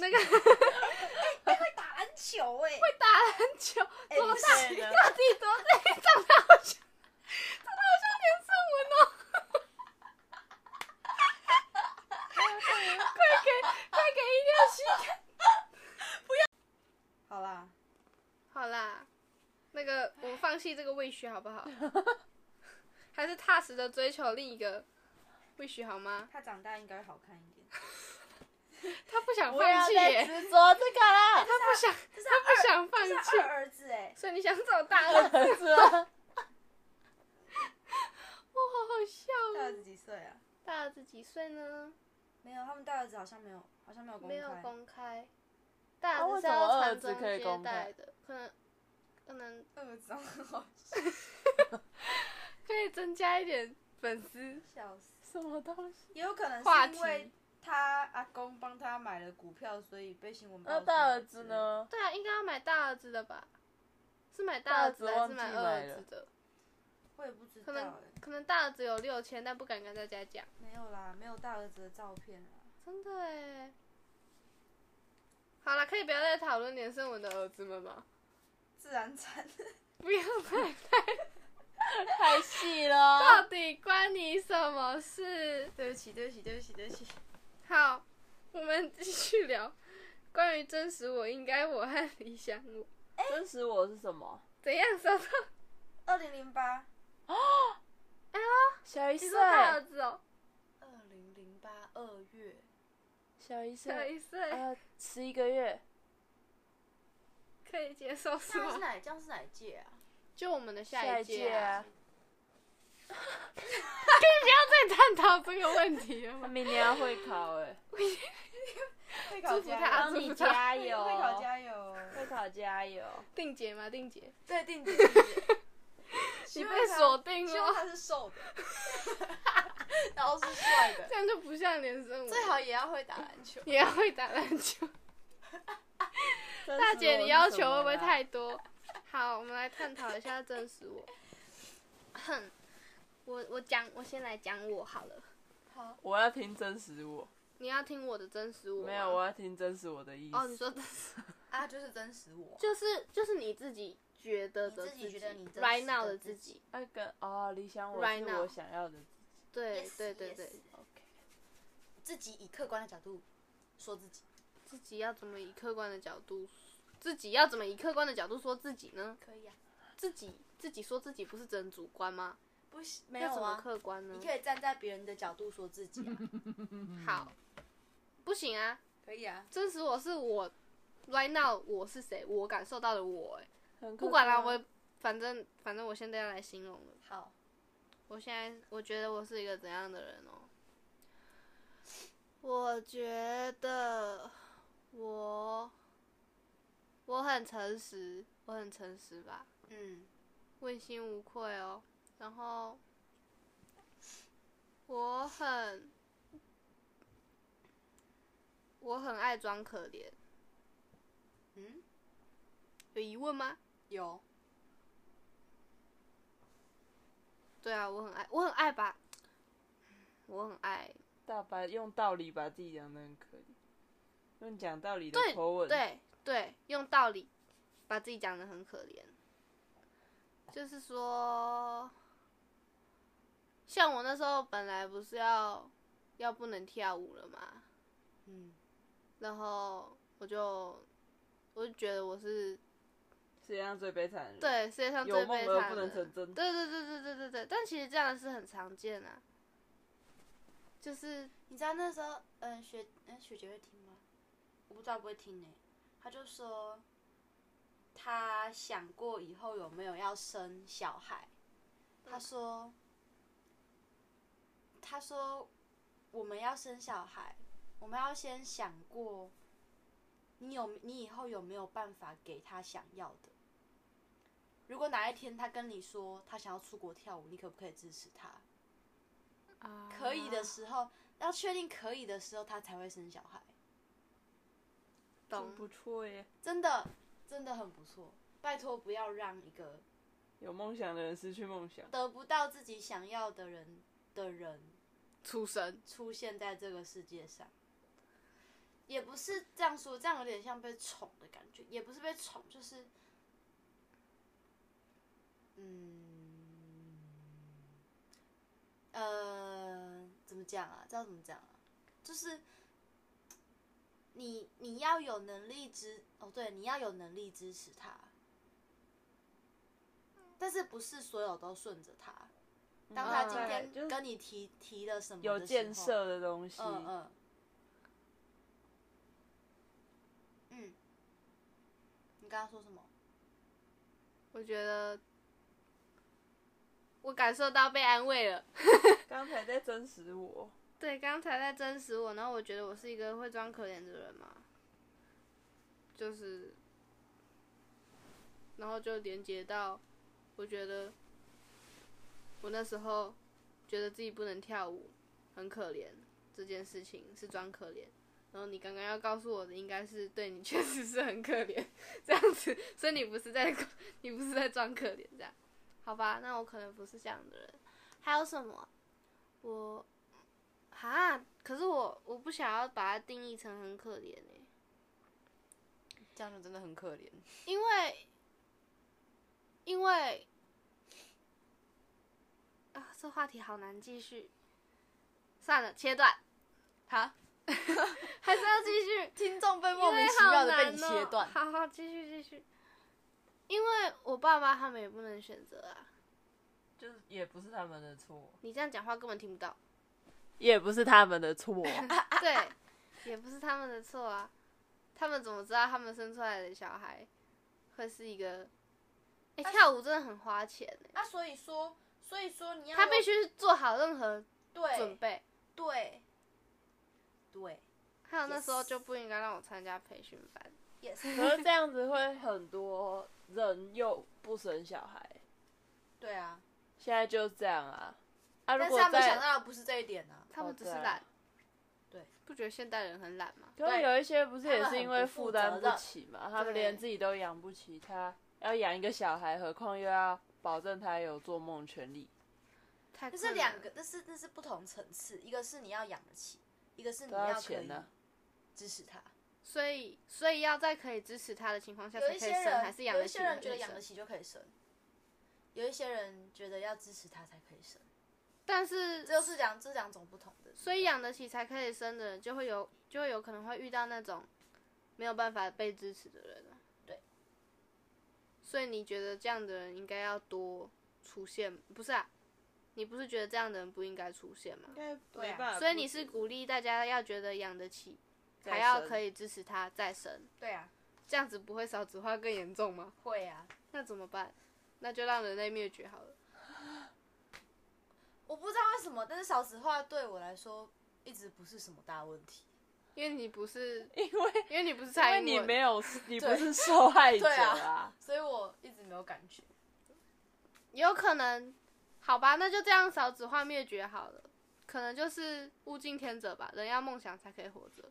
Speaker 3: 那 [laughs] 个
Speaker 1: 会打篮球哎、
Speaker 3: 会欸打篮球，
Speaker 1: 哎
Speaker 3: 多大？
Speaker 2: 你是
Speaker 3: [laughs]
Speaker 2: 呢
Speaker 3: 到底多大？长得好像，长得好像连胜文哦！ [laughs] 快给快给一六七看！
Speaker 1: 好啦，
Speaker 3: 好啦，那个我们放弃这个未许好不好？ [laughs] 还是踏实的追求另一个未许好吗？
Speaker 1: 他长大应该会好看一点。
Speaker 3: 他不想
Speaker 2: 不要
Speaker 3: 放弃
Speaker 2: 再
Speaker 3: 耶，
Speaker 2: 执着这个 [laughs]
Speaker 3: 他
Speaker 2: 了，
Speaker 3: 不想，
Speaker 1: 这是
Speaker 3: 他不想放
Speaker 1: 他
Speaker 3: 弃
Speaker 1: 二，儿子哎、
Speaker 3: 所以你想找大
Speaker 2: [laughs]
Speaker 3: 儿子？
Speaker 2: 是吗？
Speaker 3: 哇，好好笑
Speaker 1: 大
Speaker 3: 哦！
Speaker 1: 儿子几岁啊？
Speaker 3: 大儿子几岁呢？
Speaker 1: 没有，他们大儿子好像没有，好像没有公
Speaker 3: 没有
Speaker 1: 开。
Speaker 3: 公开，大
Speaker 2: 啊
Speaker 3: 儿
Speaker 2: 为
Speaker 3: 子是
Speaker 2: 什么
Speaker 3: 要
Speaker 2: 二
Speaker 3: 传
Speaker 2: 子
Speaker 3: 宗
Speaker 2: 可以
Speaker 3: 接
Speaker 2: 公
Speaker 3: 代
Speaker 2: 开
Speaker 3: 的，可能可能
Speaker 1: 二儿子很好
Speaker 3: [laughs] 可以增加一点粉丝。
Speaker 1: 笑死，
Speaker 2: 什么东西？
Speaker 1: 也有可能
Speaker 3: 话
Speaker 1: 是
Speaker 3: 题
Speaker 1: 因为他阿公帮他买了股票，所以被新闻报。
Speaker 2: [laughs] 那大儿子？呢？
Speaker 3: 对啊，应该要买大儿子的吧？是买
Speaker 2: 大
Speaker 3: 大
Speaker 2: 儿
Speaker 3: 儿
Speaker 2: 子
Speaker 3: 子还
Speaker 2: 忘
Speaker 3: 是
Speaker 2: 记
Speaker 3: 买
Speaker 2: 买
Speaker 3: 二儿
Speaker 2: 了
Speaker 3: 子的？
Speaker 1: 我也不知道
Speaker 3: 可
Speaker 1: 哎、
Speaker 3: 能可能大儿子有六千，但不敢跟大家讲。
Speaker 1: 没有啦，没有大儿子的照片啊啦。
Speaker 3: 真的哎。好了，可以不要再讨论连胜文的儿子们吗？
Speaker 1: 自然产，
Speaker 3: [laughs] 不要再，
Speaker 2: 太细了
Speaker 3: [laughs] 到。底关你什么事？
Speaker 1: 对不起，对不起，对不起，对不起。
Speaker 3: 好，我们继续聊关于真实我、应该我和理想我。
Speaker 2: [laughs] 真实我是什么？
Speaker 3: 怎样收到？
Speaker 1: 二零零八，
Speaker 2: 小一
Speaker 3: 你
Speaker 2: 岁
Speaker 3: 说，大儿子哦，
Speaker 1: 二零零八二月，
Speaker 2: 小一
Speaker 3: 小
Speaker 2: 岁，
Speaker 3: 一岁
Speaker 2: 呃，十一个月。
Speaker 3: 可以接受是
Speaker 1: 这样是
Speaker 3: 吗？
Speaker 1: 哪？这样是哪一届啊？
Speaker 3: 就我们的
Speaker 2: 下
Speaker 3: 下
Speaker 2: 一
Speaker 3: 一
Speaker 2: 届
Speaker 3: 届、
Speaker 2: 啊
Speaker 3: 啊，可以不要再探讨这个问题了
Speaker 2: [laughs] 他
Speaker 3: 吗？
Speaker 2: 明年要会考 [laughs] 哎，
Speaker 1: 会考
Speaker 3: 祝福
Speaker 1: 加
Speaker 3: 他
Speaker 1: 油
Speaker 2: 帮你
Speaker 3: 祝福他
Speaker 2: 加
Speaker 1: 会
Speaker 2: 油，
Speaker 1: 考加油。
Speaker 2: 会考加油。
Speaker 3: [laughs] 定姐吗？定姐，
Speaker 1: 对，定姐，定姐
Speaker 3: 你
Speaker 1: [laughs] 希望
Speaker 3: 被
Speaker 1: 他
Speaker 3: 锁
Speaker 1: [laughs]
Speaker 3: 定
Speaker 1: 希望
Speaker 3: 了，
Speaker 1: 他是瘦的， [laughs] 然后是帅的
Speaker 3: 这，样就不像连胜文。
Speaker 1: [laughs] 最好也要会打篮球。
Speaker 3: 也要会打篮 [laughs] 球。
Speaker 2: 真
Speaker 3: 大
Speaker 2: 实
Speaker 3: 姐，
Speaker 2: 我
Speaker 3: 你
Speaker 2: 是
Speaker 3: 要
Speaker 2: 什
Speaker 3: 求
Speaker 2: 么
Speaker 3: 会不会
Speaker 2: 啦
Speaker 3: 太多？ [laughs] 好，我们来探讨一下真实我。哼，我我讲，我先来讲我好了。
Speaker 1: 好，
Speaker 2: 我要听真实我，
Speaker 3: 你要听我的真实我吗？
Speaker 2: 没有，我要听真实我的意思。
Speaker 3: 哦，你说真实，
Speaker 1: 啊，就是真实我。
Speaker 3: 就是就是你自己觉得的
Speaker 1: 你自己觉得你真实的
Speaker 3: right now 的
Speaker 1: 自己
Speaker 3: 己，
Speaker 2: 那个哦，理想我
Speaker 3: Right
Speaker 2: 是
Speaker 3: now
Speaker 2: 我想要的自己。
Speaker 3: 对
Speaker 1: Yes,
Speaker 3: 对对
Speaker 1: yes
Speaker 3: 对，
Speaker 2: OK，
Speaker 1: 自己以客观的角度说自己，
Speaker 3: 自己要怎么以客观的角度，自己要怎么以客观的角度说自己呢？
Speaker 1: 可以啊。
Speaker 3: 自己自己说自己不是只能主观吗？
Speaker 1: 不是没
Speaker 3: 要
Speaker 1: 有
Speaker 3: 怎么
Speaker 1: 啊，
Speaker 3: 客观呢
Speaker 1: 你？可以站在别人的角度说自己啊，
Speaker 3: 好，不行啊，
Speaker 1: [laughs] 可以啊。
Speaker 3: 真实我是我，right now 我是谁？我感受到的我、欸，
Speaker 2: 很
Speaker 3: 不
Speaker 2: 客
Speaker 3: 管了、
Speaker 2: 观啊
Speaker 3: 我反正反正我现在要来形容了。
Speaker 1: 好，
Speaker 3: 我现在我觉得我是一个怎样的人哦？我觉得我我很诚实，我很诚实吧，
Speaker 1: 嗯，
Speaker 3: 问心无愧哦。然后我很我很爱装可怜，
Speaker 1: 嗯，
Speaker 3: 有疑问吗？
Speaker 1: 有，
Speaker 3: 对啊，我很爱，我很爱把，我很爱，
Speaker 2: 大白用道理把自己讲的很可怜，用讲道理的
Speaker 3: 对
Speaker 2: 口吻。，
Speaker 3: 对对，用道理把自己讲的很可怜，就是说，像我那时候本来不是要要不能跳舞了嘛，
Speaker 1: 嗯，
Speaker 3: 然后我就我就觉得我是
Speaker 2: 世界上最悲惨的人。，
Speaker 3: 对世界上
Speaker 2: 有
Speaker 3: 最
Speaker 2: 梦
Speaker 3: 悲
Speaker 2: 而
Speaker 3: 惨
Speaker 2: 不
Speaker 3: 的
Speaker 2: 能成
Speaker 3: 人，
Speaker 2: 真。
Speaker 3: 对对对对对对对，但其实这样是很常见啊，就是
Speaker 1: 你知道那时候，嗯，学，嗯，学姐会听吗？我不知道不会听呢、她就说，她想过以后有没有要生小孩。她说，她说我们要生小孩，我们要先想过，你有你以后有没有办法给他想要的？如果哪一天他跟你说他想要出国跳舞，你可不可以支持他？
Speaker 3: 啊
Speaker 1: 可以的时候，要确定可以的时候，他才会生小孩。
Speaker 2: 真
Speaker 3: 懂
Speaker 2: 不错耶，
Speaker 1: 真的，真的很不错。拜托，不要让一个
Speaker 2: 有梦想的人失去梦想。
Speaker 1: 得不到自己想要的人的人
Speaker 3: 出生，
Speaker 1: 出现在这个世界上。也不是这样说，这样有点像被宠的感觉，也不是被宠，就是，嗯，呃，怎么讲啊？这要怎么讲啊？就是你你要有能力支哦，对，你要有能力支持他，但是不是所有都顺着他。当他今
Speaker 2: 嗯就
Speaker 1: 天
Speaker 2: 是
Speaker 1: 跟你提提了什么
Speaker 2: 有
Speaker 1: 的时
Speaker 2: 建
Speaker 1: 候
Speaker 2: 设的东西，
Speaker 1: 嗯嗯。嗯，你刚刚说什么？
Speaker 3: 我觉得我感受到被安慰了。
Speaker 2: 刚才在真实我，
Speaker 3: 对，刚才在真实我，然后我觉得我是一个会装可怜的人嘛，就是，然后就连接到，我觉得我那时候觉得自己不能跳舞，很可怜这件事情是装可怜。然后你刚刚要告诉我的应该是对你 [laughs] 确实是很可怜这样子，所以你不是在 [laughs] 你不是在装可怜这样，好吧？那我可能不是这样的人。还有什么？我哈，可是我我不想要把它定义成很可怜欸
Speaker 1: 这样就真的很可怜。
Speaker 3: 因为因为啊，这话题好难继续，算了，切断，
Speaker 1: 好，
Speaker 3: 还是要继续。
Speaker 1: 听众被
Speaker 3: 因
Speaker 1: [laughs] 莫
Speaker 3: 为
Speaker 1: 名其
Speaker 3: 好
Speaker 1: 妙
Speaker 3: 难
Speaker 1: 的
Speaker 3: 哦，
Speaker 1: 被你切断。
Speaker 3: 好好，继续继续。因为我爸妈他们也不能选择啊，
Speaker 2: 就是也不是他们的错，
Speaker 3: 你这样讲话根本听不到。
Speaker 2: 也不是他们的错。
Speaker 1: [laughs]
Speaker 3: 对，也不是他们的错啊，他们怎么知道他们生出来的小孩会是一个？哎、跳舞真的很花钱欸
Speaker 1: 那、啊所以说，所以说你要
Speaker 3: 他
Speaker 1: 有
Speaker 3: 必须做好任何准
Speaker 1: 对
Speaker 3: 备。
Speaker 1: 对对
Speaker 3: 还有那
Speaker 1: Yes
Speaker 3: 时候就不应该让我参加培训班，
Speaker 1: ，yes，
Speaker 2: 可是这样子会很多人又不生小孩，
Speaker 1: 对啊。
Speaker 2: 现在就这样啊。啊，如
Speaker 1: 但是
Speaker 2: 果
Speaker 1: 他们想
Speaker 2: 在
Speaker 1: 到的不是这一点啊。
Speaker 3: 他们只是
Speaker 2: 对啊
Speaker 3: 懒。
Speaker 1: 对，
Speaker 3: 不觉得现代人很懒吗？
Speaker 2: 可是
Speaker 1: 对
Speaker 2: 有一些不是也
Speaker 1: 他们
Speaker 2: 是
Speaker 1: 很
Speaker 2: 因为
Speaker 1: 不负
Speaker 2: 负担
Speaker 1: 责
Speaker 2: 不
Speaker 1: 任
Speaker 2: 起嘛，他
Speaker 3: 对
Speaker 2: 们连自己都养不起，他要养一个小孩，何况又要保证他有做梦权利。
Speaker 3: 太
Speaker 1: 这
Speaker 3: 困
Speaker 1: 是
Speaker 3: 难
Speaker 1: 两
Speaker 3: 了
Speaker 1: 个，
Speaker 2: 嗯
Speaker 1: 这是这是不同层次，一个是你要养得起，一个是你
Speaker 2: 都
Speaker 1: 可
Speaker 2: 要钱
Speaker 1: 以
Speaker 2: 啊
Speaker 1: 支持他。
Speaker 3: 所以所以要在可以支持他的情况下才
Speaker 1: 有
Speaker 3: 可
Speaker 1: 一
Speaker 3: 以
Speaker 1: 些
Speaker 3: 生，
Speaker 1: 人
Speaker 3: 还是养
Speaker 1: 有
Speaker 3: 得
Speaker 1: 一
Speaker 3: 起
Speaker 1: 些
Speaker 3: 才
Speaker 1: 人
Speaker 3: 可
Speaker 1: 觉得
Speaker 3: 以
Speaker 1: 养
Speaker 3: 生
Speaker 1: 得起就可以生，有一些人觉得要支持他才可以生，
Speaker 3: 但是
Speaker 1: 这就是两这两种不同的。
Speaker 3: 所以养得起才可以生的人，就会有就会有可能会遇到那种没有办法被支持的人啊。
Speaker 1: 对。
Speaker 3: 所以你觉得这样的人应该要多出现？不是啊，你不是觉得这样的人不应该出现吗？
Speaker 2: 该
Speaker 1: 对啊办
Speaker 3: 所以你是鼓励大家要觉得养得起，
Speaker 2: 再
Speaker 3: 还要
Speaker 2: 生
Speaker 3: 可以支持他再生，
Speaker 1: 对啊，
Speaker 3: 这样子不会少子化更严重吗？
Speaker 1: 会啊，
Speaker 3: 那怎么办？那就让人类灭绝好了。
Speaker 1: 我不知道为什么，但是少子化对我来说一直不是什么大问题。
Speaker 3: 因为你不是，
Speaker 2: 因为
Speaker 3: 因为你不是
Speaker 2: 因
Speaker 3: 蔡
Speaker 2: 为
Speaker 3: 英
Speaker 2: 你
Speaker 3: 文，
Speaker 2: 没有，你不
Speaker 1: 对
Speaker 2: 是受害者
Speaker 1: 对啊
Speaker 2: 啊。
Speaker 1: 所以我一直没有感觉。
Speaker 3: 有可能，好吧，那就这样少子化灭绝好了。可能就是物竞天择吧，人要梦想才可以活着。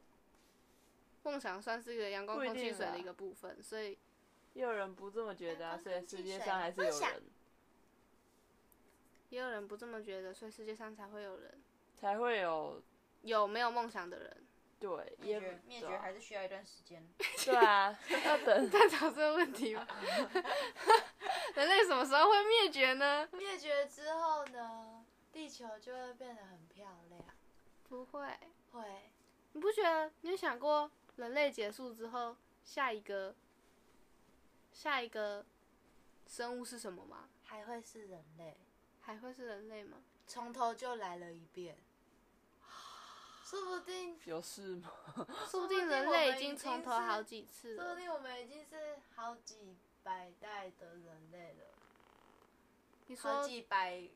Speaker 3: 梦想算是一个阳光、
Speaker 2: 不一
Speaker 3: 空气、
Speaker 2: 定
Speaker 3: 水的
Speaker 2: 啦
Speaker 3: 一个部分，所以
Speaker 2: 也有人不这么觉得啊，
Speaker 1: 阳光
Speaker 2: 所以
Speaker 1: 空气
Speaker 2: 世界
Speaker 1: 水
Speaker 2: 上还是
Speaker 1: 梦
Speaker 2: 有
Speaker 1: 想
Speaker 2: 人
Speaker 3: 也有人不这么觉得，所以世界上才会有人
Speaker 2: 才会有
Speaker 3: 有没有梦想的人。
Speaker 2: 对，
Speaker 1: 灭
Speaker 2: 也
Speaker 1: 绝
Speaker 2: 不
Speaker 1: 灭
Speaker 2: 对
Speaker 1: 绝
Speaker 2: 啊
Speaker 1: 还是需要一段时间。 [laughs]
Speaker 2: 对啊，要 [laughs] 等
Speaker 3: 探讨这个问题吗？ [laughs] 人类什么时候会灭绝呢？
Speaker 1: 灭绝之后呢，地球就会变得很漂亮。
Speaker 3: 不会，
Speaker 1: 会，
Speaker 3: 你不觉得？你有想过人类结束之后，下一个下一个生物是什么吗？
Speaker 1: 还会是人类，
Speaker 3: 还会是人类吗？
Speaker 1: 从头就来了一遍。说不定，
Speaker 2: 有事 [laughs] 吗？
Speaker 3: 说不
Speaker 1: 哦定
Speaker 3: 定人
Speaker 1: 我
Speaker 3: 类
Speaker 1: 们
Speaker 3: 已
Speaker 1: 已
Speaker 3: 经
Speaker 1: 经
Speaker 3: 从头
Speaker 1: 是
Speaker 3: 好几次
Speaker 1: 说不
Speaker 3: 了。
Speaker 1: 定我们已经是好几百代的人类了。
Speaker 3: 你
Speaker 1: 好
Speaker 3: 说，
Speaker 1: 几百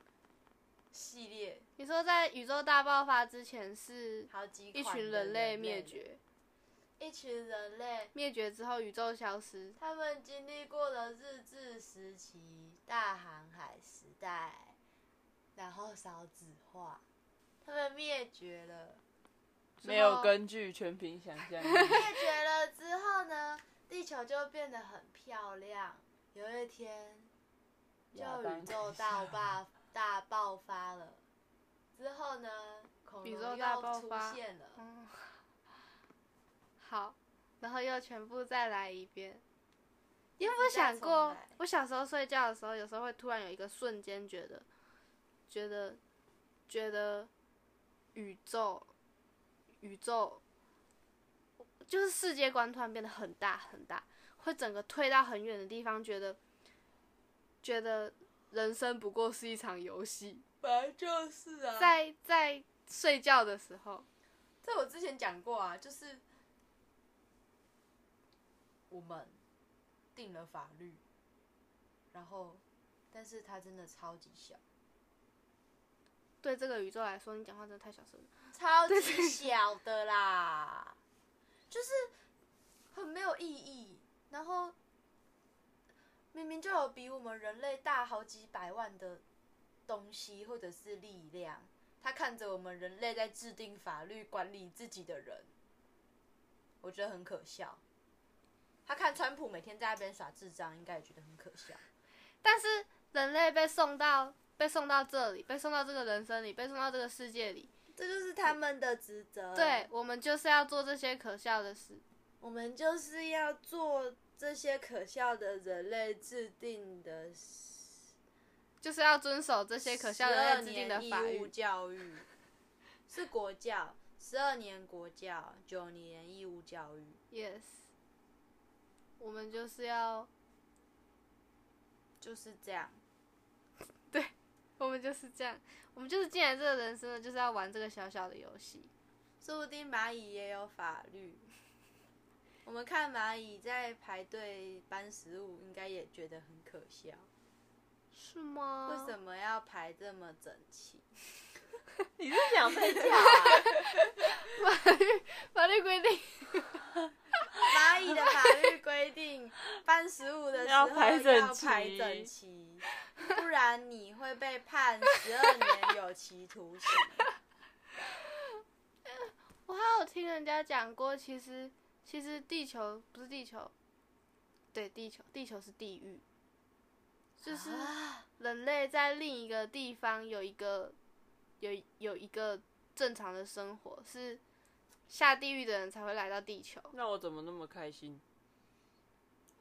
Speaker 1: 系列，
Speaker 3: 你说在宇宙大爆发之前是
Speaker 1: 好几
Speaker 3: 一
Speaker 1: 款
Speaker 3: 群
Speaker 1: 的
Speaker 3: 人
Speaker 1: 人
Speaker 3: 类
Speaker 1: 类
Speaker 3: 灭，绝，
Speaker 1: 一群人类，
Speaker 3: 灭绝之后宇宙消失，
Speaker 1: 他们经历过了日治时期、大航海时代，然后少子化，他们灭绝了。
Speaker 2: 没有
Speaker 3: 后
Speaker 2: 根据，全凭想象
Speaker 1: 灭
Speaker 2: 力。
Speaker 1: 绝了之后呢，地球就变得很漂亮。有一天，
Speaker 2: 亚
Speaker 1: 就
Speaker 2: 当
Speaker 1: 宇宙大爆大爆发了。之后呢，恐
Speaker 3: 宇
Speaker 1: 龙
Speaker 3: 宙大
Speaker 1: 又
Speaker 3: 爆
Speaker 1: 出
Speaker 3: 发
Speaker 1: 现了。
Speaker 3: 嗯，好，然后又全部再来一遍。你有没有
Speaker 1: 一直再
Speaker 3: 想
Speaker 1: 重
Speaker 3: 过
Speaker 1: 来，
Speaker 3: 我小时候睡觉的时候，有时候会突然有一个瞬间觉得，觉得，觉得宇宙，宇宙，就是世界观突然变得很大很大，会整个退到很远的地方，觉得，觉得人生不过是一场游戏。
Speaker 1: 本来就是啊
Speaker 3: 在在睡觉的时候，
Speaker 1: 这我之前讲过啊，就是我们定了法律，然后，但是它真的超级小，
Speaker 3: 对这个宇宙来说，你讲话真的太小声了。
Speaker 1: 超级小的啦，就是很没有意义。然后明明就有比我们人类大好几百万的东西或者是力量，他看着我们人类在制定法律、管理自己的人，我觉得很可笑。他看川普每天在那边耍智障，应该也觉得很可笑。
Speaker 3: 但是人类被送到被送到这里，被送到这个人生里，被送到这个世界里，
Speaker 1: 这就是他们的职责。
Speaker 3: 对我们就是要做这些可笑的事。
Speaker 1: 我们就是要做这些可笑的人类制定的
Speaker 3: 就是要遵守这些可笑人类制定的
Speaker 1: 12
Speaker 3: 法
Speaker 1: 年义务
Speaker 3: 律。
Speaker 1: 教育，是国教，十二年国教，九年义务教育，
Speaker 3: Yes，我们就是要，
Speaker 1: 就是这样。
Speaker 3: 我们就是这样，我们就是进来这个人生了，就是要玩这个小小的游戏。
Speaker 1: 说不定蚂蚁也有法律。我们看蚂蚁在排队搬食物，应该也觉得很可笑。
Speaker 3: 是吗？
Speaker 1: 为什么要排这么整
Speaker 3: [laughs]
Speaker 1: 齐？
Speaker 2: [laughs] 你是想 [laughs] 睡觉啊？
Speaker 3: 法律规定？
Speaker 1: 蚂蚁的法律规定，搬食物的时候
Speaker 2: 要排整
Speaker 1: 要排整齐，不然你会被判十二年有期徒刑。
Speaker 3: 我还有听人家讲过，其实其实地球不是地球，对，地球地球是地狱，就是
Speaker 1: 啊
Speaker 3: 人类在另一个地方有一个有有一个正常的生活，是下地狱的人才会来到地球。
Speaker 2: 那我怎么那么开心？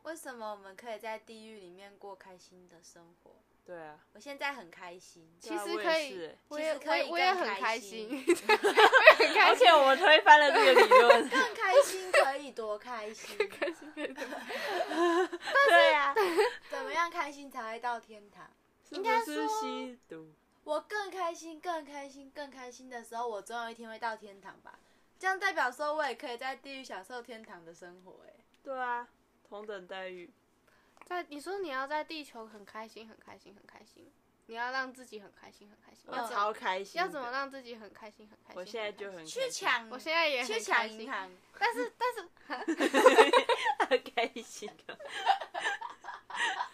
Speaker 1: 为什么我们可以在地狱里面过开心的生活？
Speaker 2: 对啊，
Speaker 1: 我现在很开心，
Speaker 3: 其实
Speaker 2: 对啊
Speaker 3: 可
Speaker 2: 我也是
Speaker 3: 以
Speaker 2: 欸，
Speaker 3: 我
Speaker 1: 其
Speaker 3: 也
Speaker 1: 实可以
Speaker 3: 我也我也
Speaker 1: 更
Speaker 3: 很
Speaker 1: 开
Speaker 3: 开
Speaker 1: 心
Speaker 3: 心，
Speaker 2: [laughs]
Speaker 3: 我也很开
Speaker 2: 而
Speaker 3: 心
Speaker 2: 且。我们推翻了这个理论。 [laughs]
Speaker 1: 更开心可以多开 [laughs] 心？开心可以多开心。对啊， [laughs] 怎么样开心才会到天堂？
Speaker 2: 应
Speaker 3: 该
Speaker 2: 是吸毒，
Speaker 1: 我更开心、更开心、更开心的时候，我总有一天会到天堂吧？这样代表说我也可以在地狱享受天堂的生活、哎，
Speaker 2: 对啊，同等待遇，
Speaker 3: 在你说你要在地球很开心，很开心，很开心，你要让自己很开心，很开心。
Speaker 2: 我
Speaker 3: 要怎
Speaker 2: 超
Speaker 3: 么
Speaker 2: 嗯开心。
Speaker 3: 要怎么？让自己很开心，很开心？
Speaker 2: 我现在就
Speaker 3: 开心
Speaker 2: 很开心
Speaker 1: 去，抢，
Speaker 3: 我现在也
Speaker 1: 去
Speaker 3: 很
Speaker 1: 抢
Speaker 3: 开
Speaker 1: 银
Speaker 3: 心，
Speaker 1: 行，
Speaker 3: [laughs] 但是但是
Speaker 2: [laughs] 很开心啊，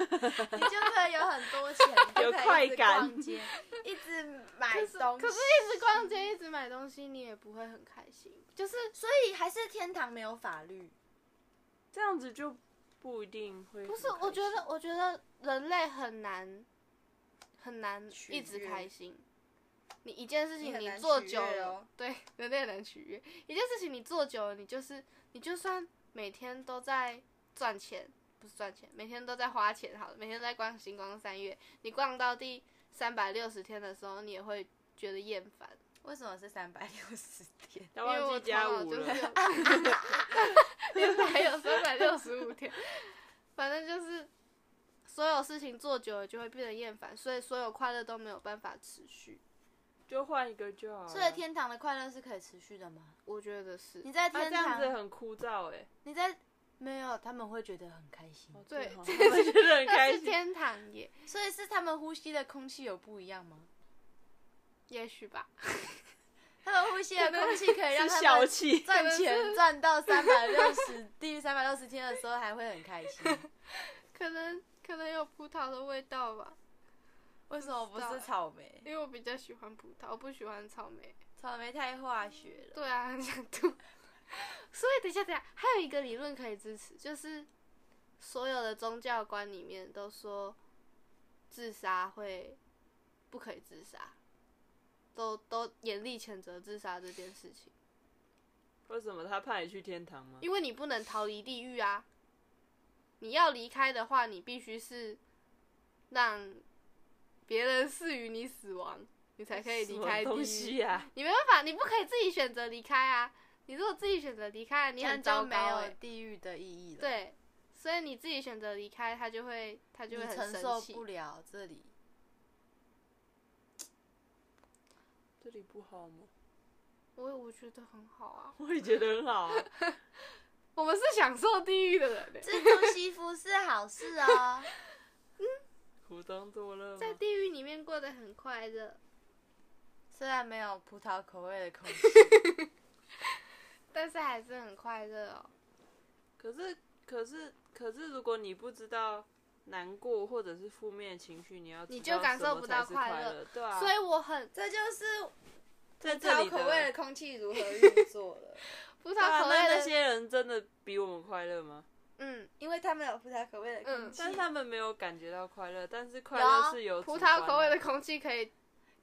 Speaker 1: 你就可以有很多
Speaker 2: [laughs]
Speaker 1: 钱，
Speaker 2: 有
Speaker 1: 就可
Speaker 2: 快
Speaker 1: 以一直
Speaker 2: 感
Speaker 1: 逛街，一直买东西。
Speaker 3: 可是一直逛街一直买东西，你也不会很开心。就是
Speaker 1: 所以还是天堂没有法律，
Speaker 2: 这样子就不一定会很开
Speaker 3: 不
Speaker 2: 心。
Speaker 3: 是？我觉得我觉得人类很难很难
Speaker 1: 取
Speaker 3: 一直
Speaker 1: 悦
Speaker 3: 开心。你一件事
Speaker 1: 你
Speaker 3: 情
Speaker 1: 很
Speaker 3: 你
Speaker 1: 难
Speaker 3: 做
Speaker 1: 取
Speaker 3: 久
Speaker 1: 悦
Speaker 3: 了，
Speaker 1: 哦
Speaker 3: 对， [laughs] 人类很难取悦。一件事情你做久了，你就是你就算每天都在赚钱，不是赚钱，每天都在花钱，好了，每天都在逛星光三月，你逛到第三百六十天的时候，你也会觉得厌烦。
Speaker 1: 为什么是三百六十天？
Speaker 2: 他
Speaker 3: 因为
Speaker 2: 忘
Speaker 3: 我
Speaker 2: 记加
Speaker 3: 头脑
Speaker 2: 五
Speaker 3: 就
Speaker 2: 了
Speaker 3: 是， [laughs] 有，原来有三百六十五天，反正就是所有事情做久了就会变得厌烦，所以所有快乐都没有办法持续。
Speaker 2: 就换一个就好了。
Speaker 1: 所以天堂的快乐是可以持续的吗？
Speaker 3: 我觉得是
Speaker 1: 你在
Speaker 2: 啊
Speaker 1: 天
Speaker 2: 这样
Speaker 1: 堂，
Speaker 2: 子很枯燥哎，
Speaker 1: 你在没有，他们会觉得很开心，
Speaker 3: 对
Speaker 2: 哦我觉得
Speaker 3: 但
Speaker 2: 很开
Speaker 3: 是
Speaker 2: 心。
Speaker 3: 天堂也
Speaker 1: 所以是他们呼吸的空气有不一样吗？
Speaker 3: 也许吧，
Speaker 1: 他们呼吸的空气可以让
Speaker 2: 是
Speaker 1: 他
Speaker 2: 笑
Speaker 1: 们
Speaker 2: 气，
Speaker 1: 赚钱赚到三百六十， [laughs] 地狱三百六十天的时候还会很开心。
Speaker 3: 可能可能有葡萄的味道吧，
Speaker 1: 为什么不是草莓？
Speaker 3: 因为我比较喜欢葡萄，我不喜欢草莓。
Speaker 1: 草莓太化学了。
Speaker 3: 对啊，很想吐。 [laughs] 所以等一下，等一下，还有一个理论可以支持，就是所有的宗教观里面都说，自杀会不可以自杀，都都严厉谴责自杀这件事情，
Speaker 2: 为什么他派你去天堂吗？
Speaker 3: 因为你不能逃离地狱啊。你要离开的话，你必须是让别人赐予你死亡，你才可以
Speaker 2: 什
Speaker 3: 离
Speaker 2: 么
Speaker 3: 开地
Speaker 2: 东
Speaker 3: 狱。
Speaker 2: 西啊？
Speaker 3: 你没办法，你不可以自己选择离开啊！你如果自己选择离开，你
Speaker 1: 这样
Speaker 3: 很糟
Speaker 1: 就没
Speaker 3: 糕、
Speaker 1: 有
Speaker 3: 欸。
Speaker 1: 哦地狱的意义了，，
Speaker 3: 对，所以你自己选择离开，他就会他
Speaker 1: 你
Speaker 3: 就会很
Speaker 1: 承
Speaker 3: 生
Speaker 1: 受
Speaker 3: 气
Speaker 1: 不。了这里。
Speaker 2: 这里不好吗？
Speaker 3: 我我觉得很好啊，
Speaker 2: [laughs] 我也觉得很好啊。
Speaker 3: 我们是享受地狱的人、欸，
Speaker 1: 蜘蛛西服是好事哦，
Speaker 2: 苦中作乐
Speaker 3: 在
Speaker 2: 吗？
Speaker 3: 地狱里面过得很快乐，
Speaker 1: [laughs] 虽然没有葡萄口味的口味，
Speaker 3: 但是还是很快乐哦。
Speaker 2: 可是，可是，可是，如果你不知道难过或者是负面情绪，你要
Speaker 3: 你
Speaker 2: 知道
Speaker 3: 就感
Speaker 2: 什么
Speaker 3: 受不到
Speaker 2: 才是快
Speaker 3: 快乐
Speaker 2: 乐，对啊。
Speaker 3: 所以我很
Speaker 1: [laughs] 这就是
Speaker 2: 在
Speaker 1: 葡
Speaker 2: 这
Speaker 1: 萄
Speaker 2: 里
Speaker 1: 口味的
Speaker 2: 的，
Speaker 1: 空气如何运作了，
Speaker 3: 葡
Speaker 2: 对
Speaker 3: 萄
Speaker 2: 啊，
Speaker 3: 口
Speaker 2: 那
Speaker 3: 味
Speaker 2: 那
Speaker 3: 的，
Speaker 2: 些人真的比我们快乐吗？
Speaker 3: 嗯，
Speaker 1: [laughs] 因为他们有葡萄口味的空
Speaker 3: 嗯
Speaker 1: 气，
Speaker 2: 但是他们没有感觉到快乐，但是快
Speaker 1: 有啊
Speaker 2: 乐是有
Speaker 3: 葡
Speaker 2: 主观
Speaker 3: 萄口味的，空气可以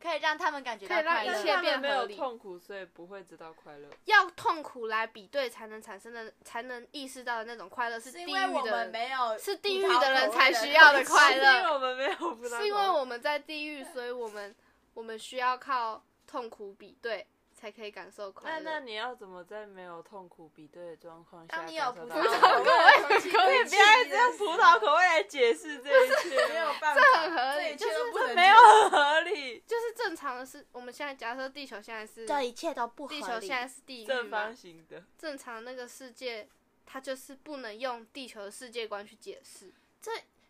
Speaker 1: 可以让他们感觉到
Speaker 3: 可以让
Speaker 1: 快
Speaker 3: 一
Speaker 2: 但
Speaker 1: 乐
Speaker 2: 是
Speaker 3: 切。
Speaker 2: 他们没有
Speaker 3: 变合理
Speaker 2: 痛苦，所以不会知道快乐。
Speaker 3: 要痛苦来比对才能产生的，才能意识到的那种快乐是
Speaker 1: 是
Speaker 3: 地
Speaker 1: 因
Speaker 3: 狱
Speaker 1: 为我们
Speaker 3: 的，
Speaker 1: 没有
Speaker 3: 是
Speaker 1: 葡
Speaker 3: 地狱
Speaker 1: 萄
Speaker 3: 的人
Speaker 1: 口味
Speaker 3: 才
Speaker 1: 的
Speaker 3: 需要的
Speaker 1: 空
Speaker 3: 快
Speaker 2: [laughs] 是因为
Speaker 3: 乐，
Speaker 2: 我们没有葡萄口味，
Speaker 3: 是因为我们在地狱，所以我们我们需要靠痛苦比对才可以感受
Speaker 2: 那
Speaker 3: 快
Speaker 2: 那
Speaker 3: 乐。
Speaker 2: 你要怎么在没有痛苦比对的状况下
Speaker 1: 当
Speaker 2: 感
Speaker 1: 你有
Speaker 2: 受
Speaker 1: 葡
Speaker 2: 到
Speaker 1: 萄口
Speaker 2: 快乐，
Speaker 1: 味的空气，
Speaker 3: 可以
Speaker 2: [laughs]
Speaker 3: 不要
Speaker 1: 这样
Speaker 2: 葡萄口味来解释这一
Speaker 3: [laughs]
Speaker 2: 切，
Speaker 1: 没有办法，这
Speaker 3: 很合理
Speaker 1: 一切
Speaker 3: 就是
Speaker 1: 都不能
Speaker 2: 没有很合理。
Speaker 3: 就是正常的是，我们现在假设地球现在是
Speaker 1: 这一切都不合
Speaker 3: 地
Speaker 1: 理。
Speaker 3: 球现在是地狱
Speaker 2: 正
Speaker 3: 嘛
Speaker 2: 方，形的，
Speaker 3: 正常那个世界，它就是不能用地球的世界观去解释。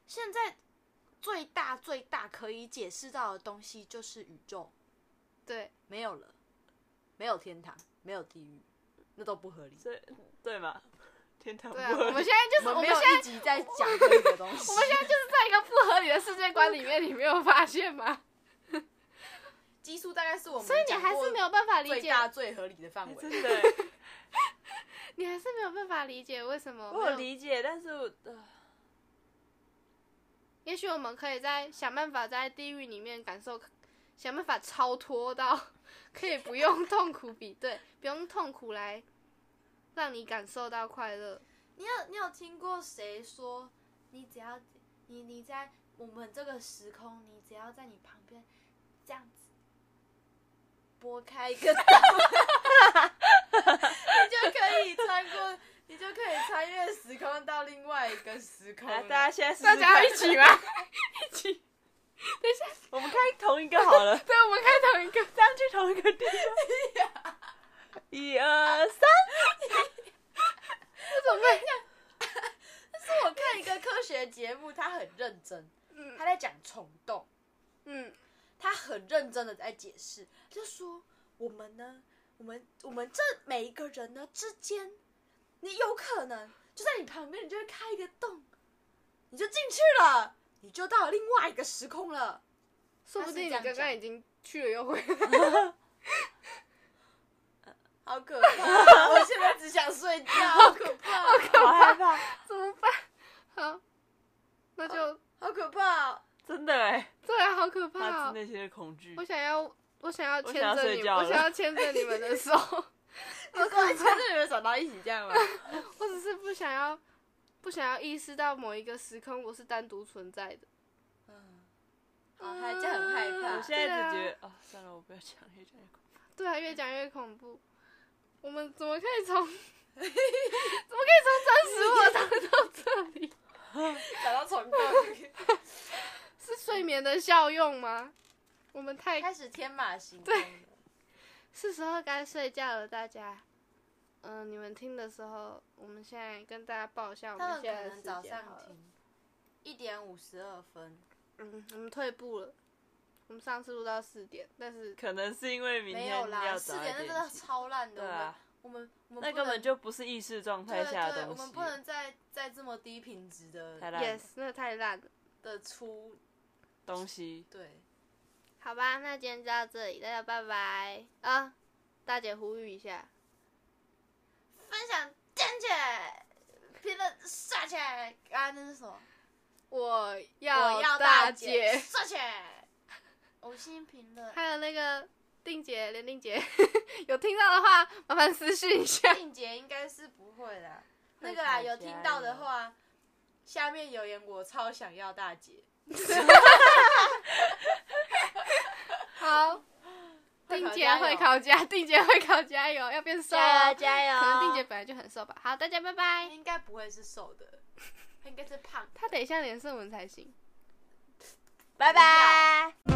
Speaker 1: 现在最大最大可以解释到的东西就是宇宙，
Speaker 3: 对，
Speaker 1: 没有了，没有天堂，没有地狱，那都不合理。
Speaker 2: 对对嘛？天堂
Speaker 1: [laughs]
Speaker 2: 不
Speaker 3: 对啊，
Speaker 2: 合
Speaker 3: 我们
Speaker 2: 理
Speaker 3: 现在就是
Speaker 1: 我
Speaker 3: 我
Speaker 1: 们没
Speaker 3: 们
Speaker 1: 有
Speaker 3: 现在
Speaker 1: 一集在讲这个东西。
Speaker 3: 我们现在就是在一个不合理的世界观里面，你没有发现吗？
Speaker 1: 基数大概是我们，
Speaker 3: [laughs] 所以你还是没有办法理
Speaker 1: 最
Speaker 3: 解，
Speaker 1: 大最合理的范围。
Speaker 2: 真的欸，
Speaker 3: 你还是没有办法理解为什么没有。
Speaker 2: 我有理解，但是我呃
Speaker 3: 也许我们可以在想办法在地狱里面感受，想办法超脱到可以不用痛苦比对， [laughs] 不用痛苦来让你感受到快乐。
Speaker 1: 你有你有听过谁说，你只要你你在我们这个时空，你只要在你旁边这样子拨开一个 [laughs] 洞，你就可以穿过，你就可以穿越时空到另外一个时空
Speaker 2: 来
Speaker 1: 了。
Speaker 2: 啊哎大家现在试
Speaker 3: 大
Speaker 2: 试
Speaker 3: 家
Speaker 2: 看
Speaker 3: 要一起 [laughs] 吗？一起，
Speaker 2: 我们开同一个好
Speaker 1: [laughs]
Speaker 2: 了，
Speaker 3: 对，我们开同一个。
Speaker 2: 这样去同一个地方。一二三，
Speaker 1: [laughs] 是我看一个科学节目，他很认真，
Speaker 3: 嗯
Speaker 1: 他在讲虫洞。
Speaker 3: 嗯，
Speaker 1: 他很认真的在解释，就说我们呢，我们我们这每一个人呢之间，你有可能就在你旁边，你就会开一个洞，你就进去了，你就到了另外一个时空了。
Speaker 3: 说不定你
Speaker 1: 他是这
Speaker 3: 刚
Speaker 1: 样讲
Speaker 3: 刚已经去了又回来。
Speaker 1: 好可怕！我现在只想睡觉，好可怕，好可
Speaker 2: 好害怕，
Speaker 3: 怎么办？好，那就、
Speaker 1: 好可怕！
Speaker 2: 真的哎，
Speaker 3: 对啊，好可怕、
Speaker 2: 发
Speaker 3: 哦
Speaker 2: 自！内心的恐惧
Speaker 3: 我。想要，我想要牵
Speaker 2: 嗯我想要
Speaker 3: 着
Speaker 2: 睡
Speaker 3: 你，
Speaker 2: 觉
Speaker 3: 我
Speaker 2: 了
Speaker 3: 想要牵着你们的手， [laughs]
Speaker 1: 我跟你牵着你们走到一起这样吗？
Speaker 3: 我只是不想要，不想要意识到某一个时空我是单独存在的。
Speaker 1: 嗯，好害，这样很害
Speaker 2: [laughs] 我
Speaker 1: 怕。
Speaker 2: 现在只觉得啊，算了，我不要讲，越讲越恐怖。
Speaker 3: 对啊，越讲越恐怖。我们怎么可以从，怎么可以从真实我到到这里？
Speaker 1: 找到虫洞，
Speaker 3: 是睡眠的效用吗？我们太
Speaker 1: 开始天马行空了。
Speaker 3: 是时候该睡觉了，大家。嗯、你们听的时候，我们现在跟大家报一
Speaker 2: 哦
Speaker 3: 下我
Speaker 1: 他
Speaker 3: 们
Speaker 1: 们可
Speaker 3: 现在的
Speaker 1: 能
Speaker 3: 时
Speaker 1: 早
Speaker 3: 间好
Speaker 1: 上
Speaker 3: 了
Speaker 1: 停，一点五十二分，
Speaker 3: 嗯，我们退步了。我们上次录到四点，但是
Speaker 2: 可能是因为明
Speaker 1: 没
Speaker 2: 天
Speaker 1: 有
Speaker 2: 要
Speaker 1: 啦，四
Speaker 2: 早一
Speaker 1: 点那真的 [laughs]
Speaker 2: 起
Speaker 1: 超烂的。
Speaker 2: 对啊，
Speaker 1: 我们我们我们
Speaker 2: 那
Speaker 1: 不
Speaker 2: 根本
Speaker 1: 能
Speaker 2: 就不是意识状态下
Speaker 1: 对对，
Speaker 2: 的
Speaker 1: 我
Speaker 2: 东西
Speaker 1: 们不能再再这么低品质
Speaker 2: 太
Speaker 1: 的
Speaker 2: 烂了
Speaker 3: yes，那太烂了。
Speaker 1: 的出
Speaker 2: 东西。
Speaker 1: 对。
Speaker 3: 好吧，那今天就到这里，大家拜拜啊！大姐呼吁一下，
Speaker 1: 啊分享点起来，评论刷起来，刚刚那是什么？
Speaker 3: 我
Speaker 1: 我
Speaker 3: 要
Speaker 1: 要
Speaker 3: 大
Speaker 1: 姐，
Speaker 3: 姐，
Speaker 1: 谢谢。五星评
Speaker 2: [laughs]
Speaker 1: 论，
Speaker 3: 还有那个定姐、连定姐， [laughs] 有听到的话麻烦私信一下。
Speaker 1: 静姐应该是不会啦。
Speaker 2: 会
Speaker 1: 那个啦，
Speaker 2: 吵
Speaker 1: 有
Speaker 2: 架
Speaker 1: 听到的
Speaker 2: 哟
Speaker 1: 话，下面留言我超想要大姐，
Speaker 3: 好，定姐
Speaker 1: 会
Speaker 3: 会
Speaker 1: 考
Speaker 3: 考加，定姐会考加油，要变瘦哦。
Speaker 1: 加油
Speaker 3: 可能定姐本来就很瘦吧。好，大家拜拜。
Speaker 1: 应该不会是瘦的，她应该是胖的。
Speaker 3: 她等一下连胜文才行。
Speaker 2: 拜拜。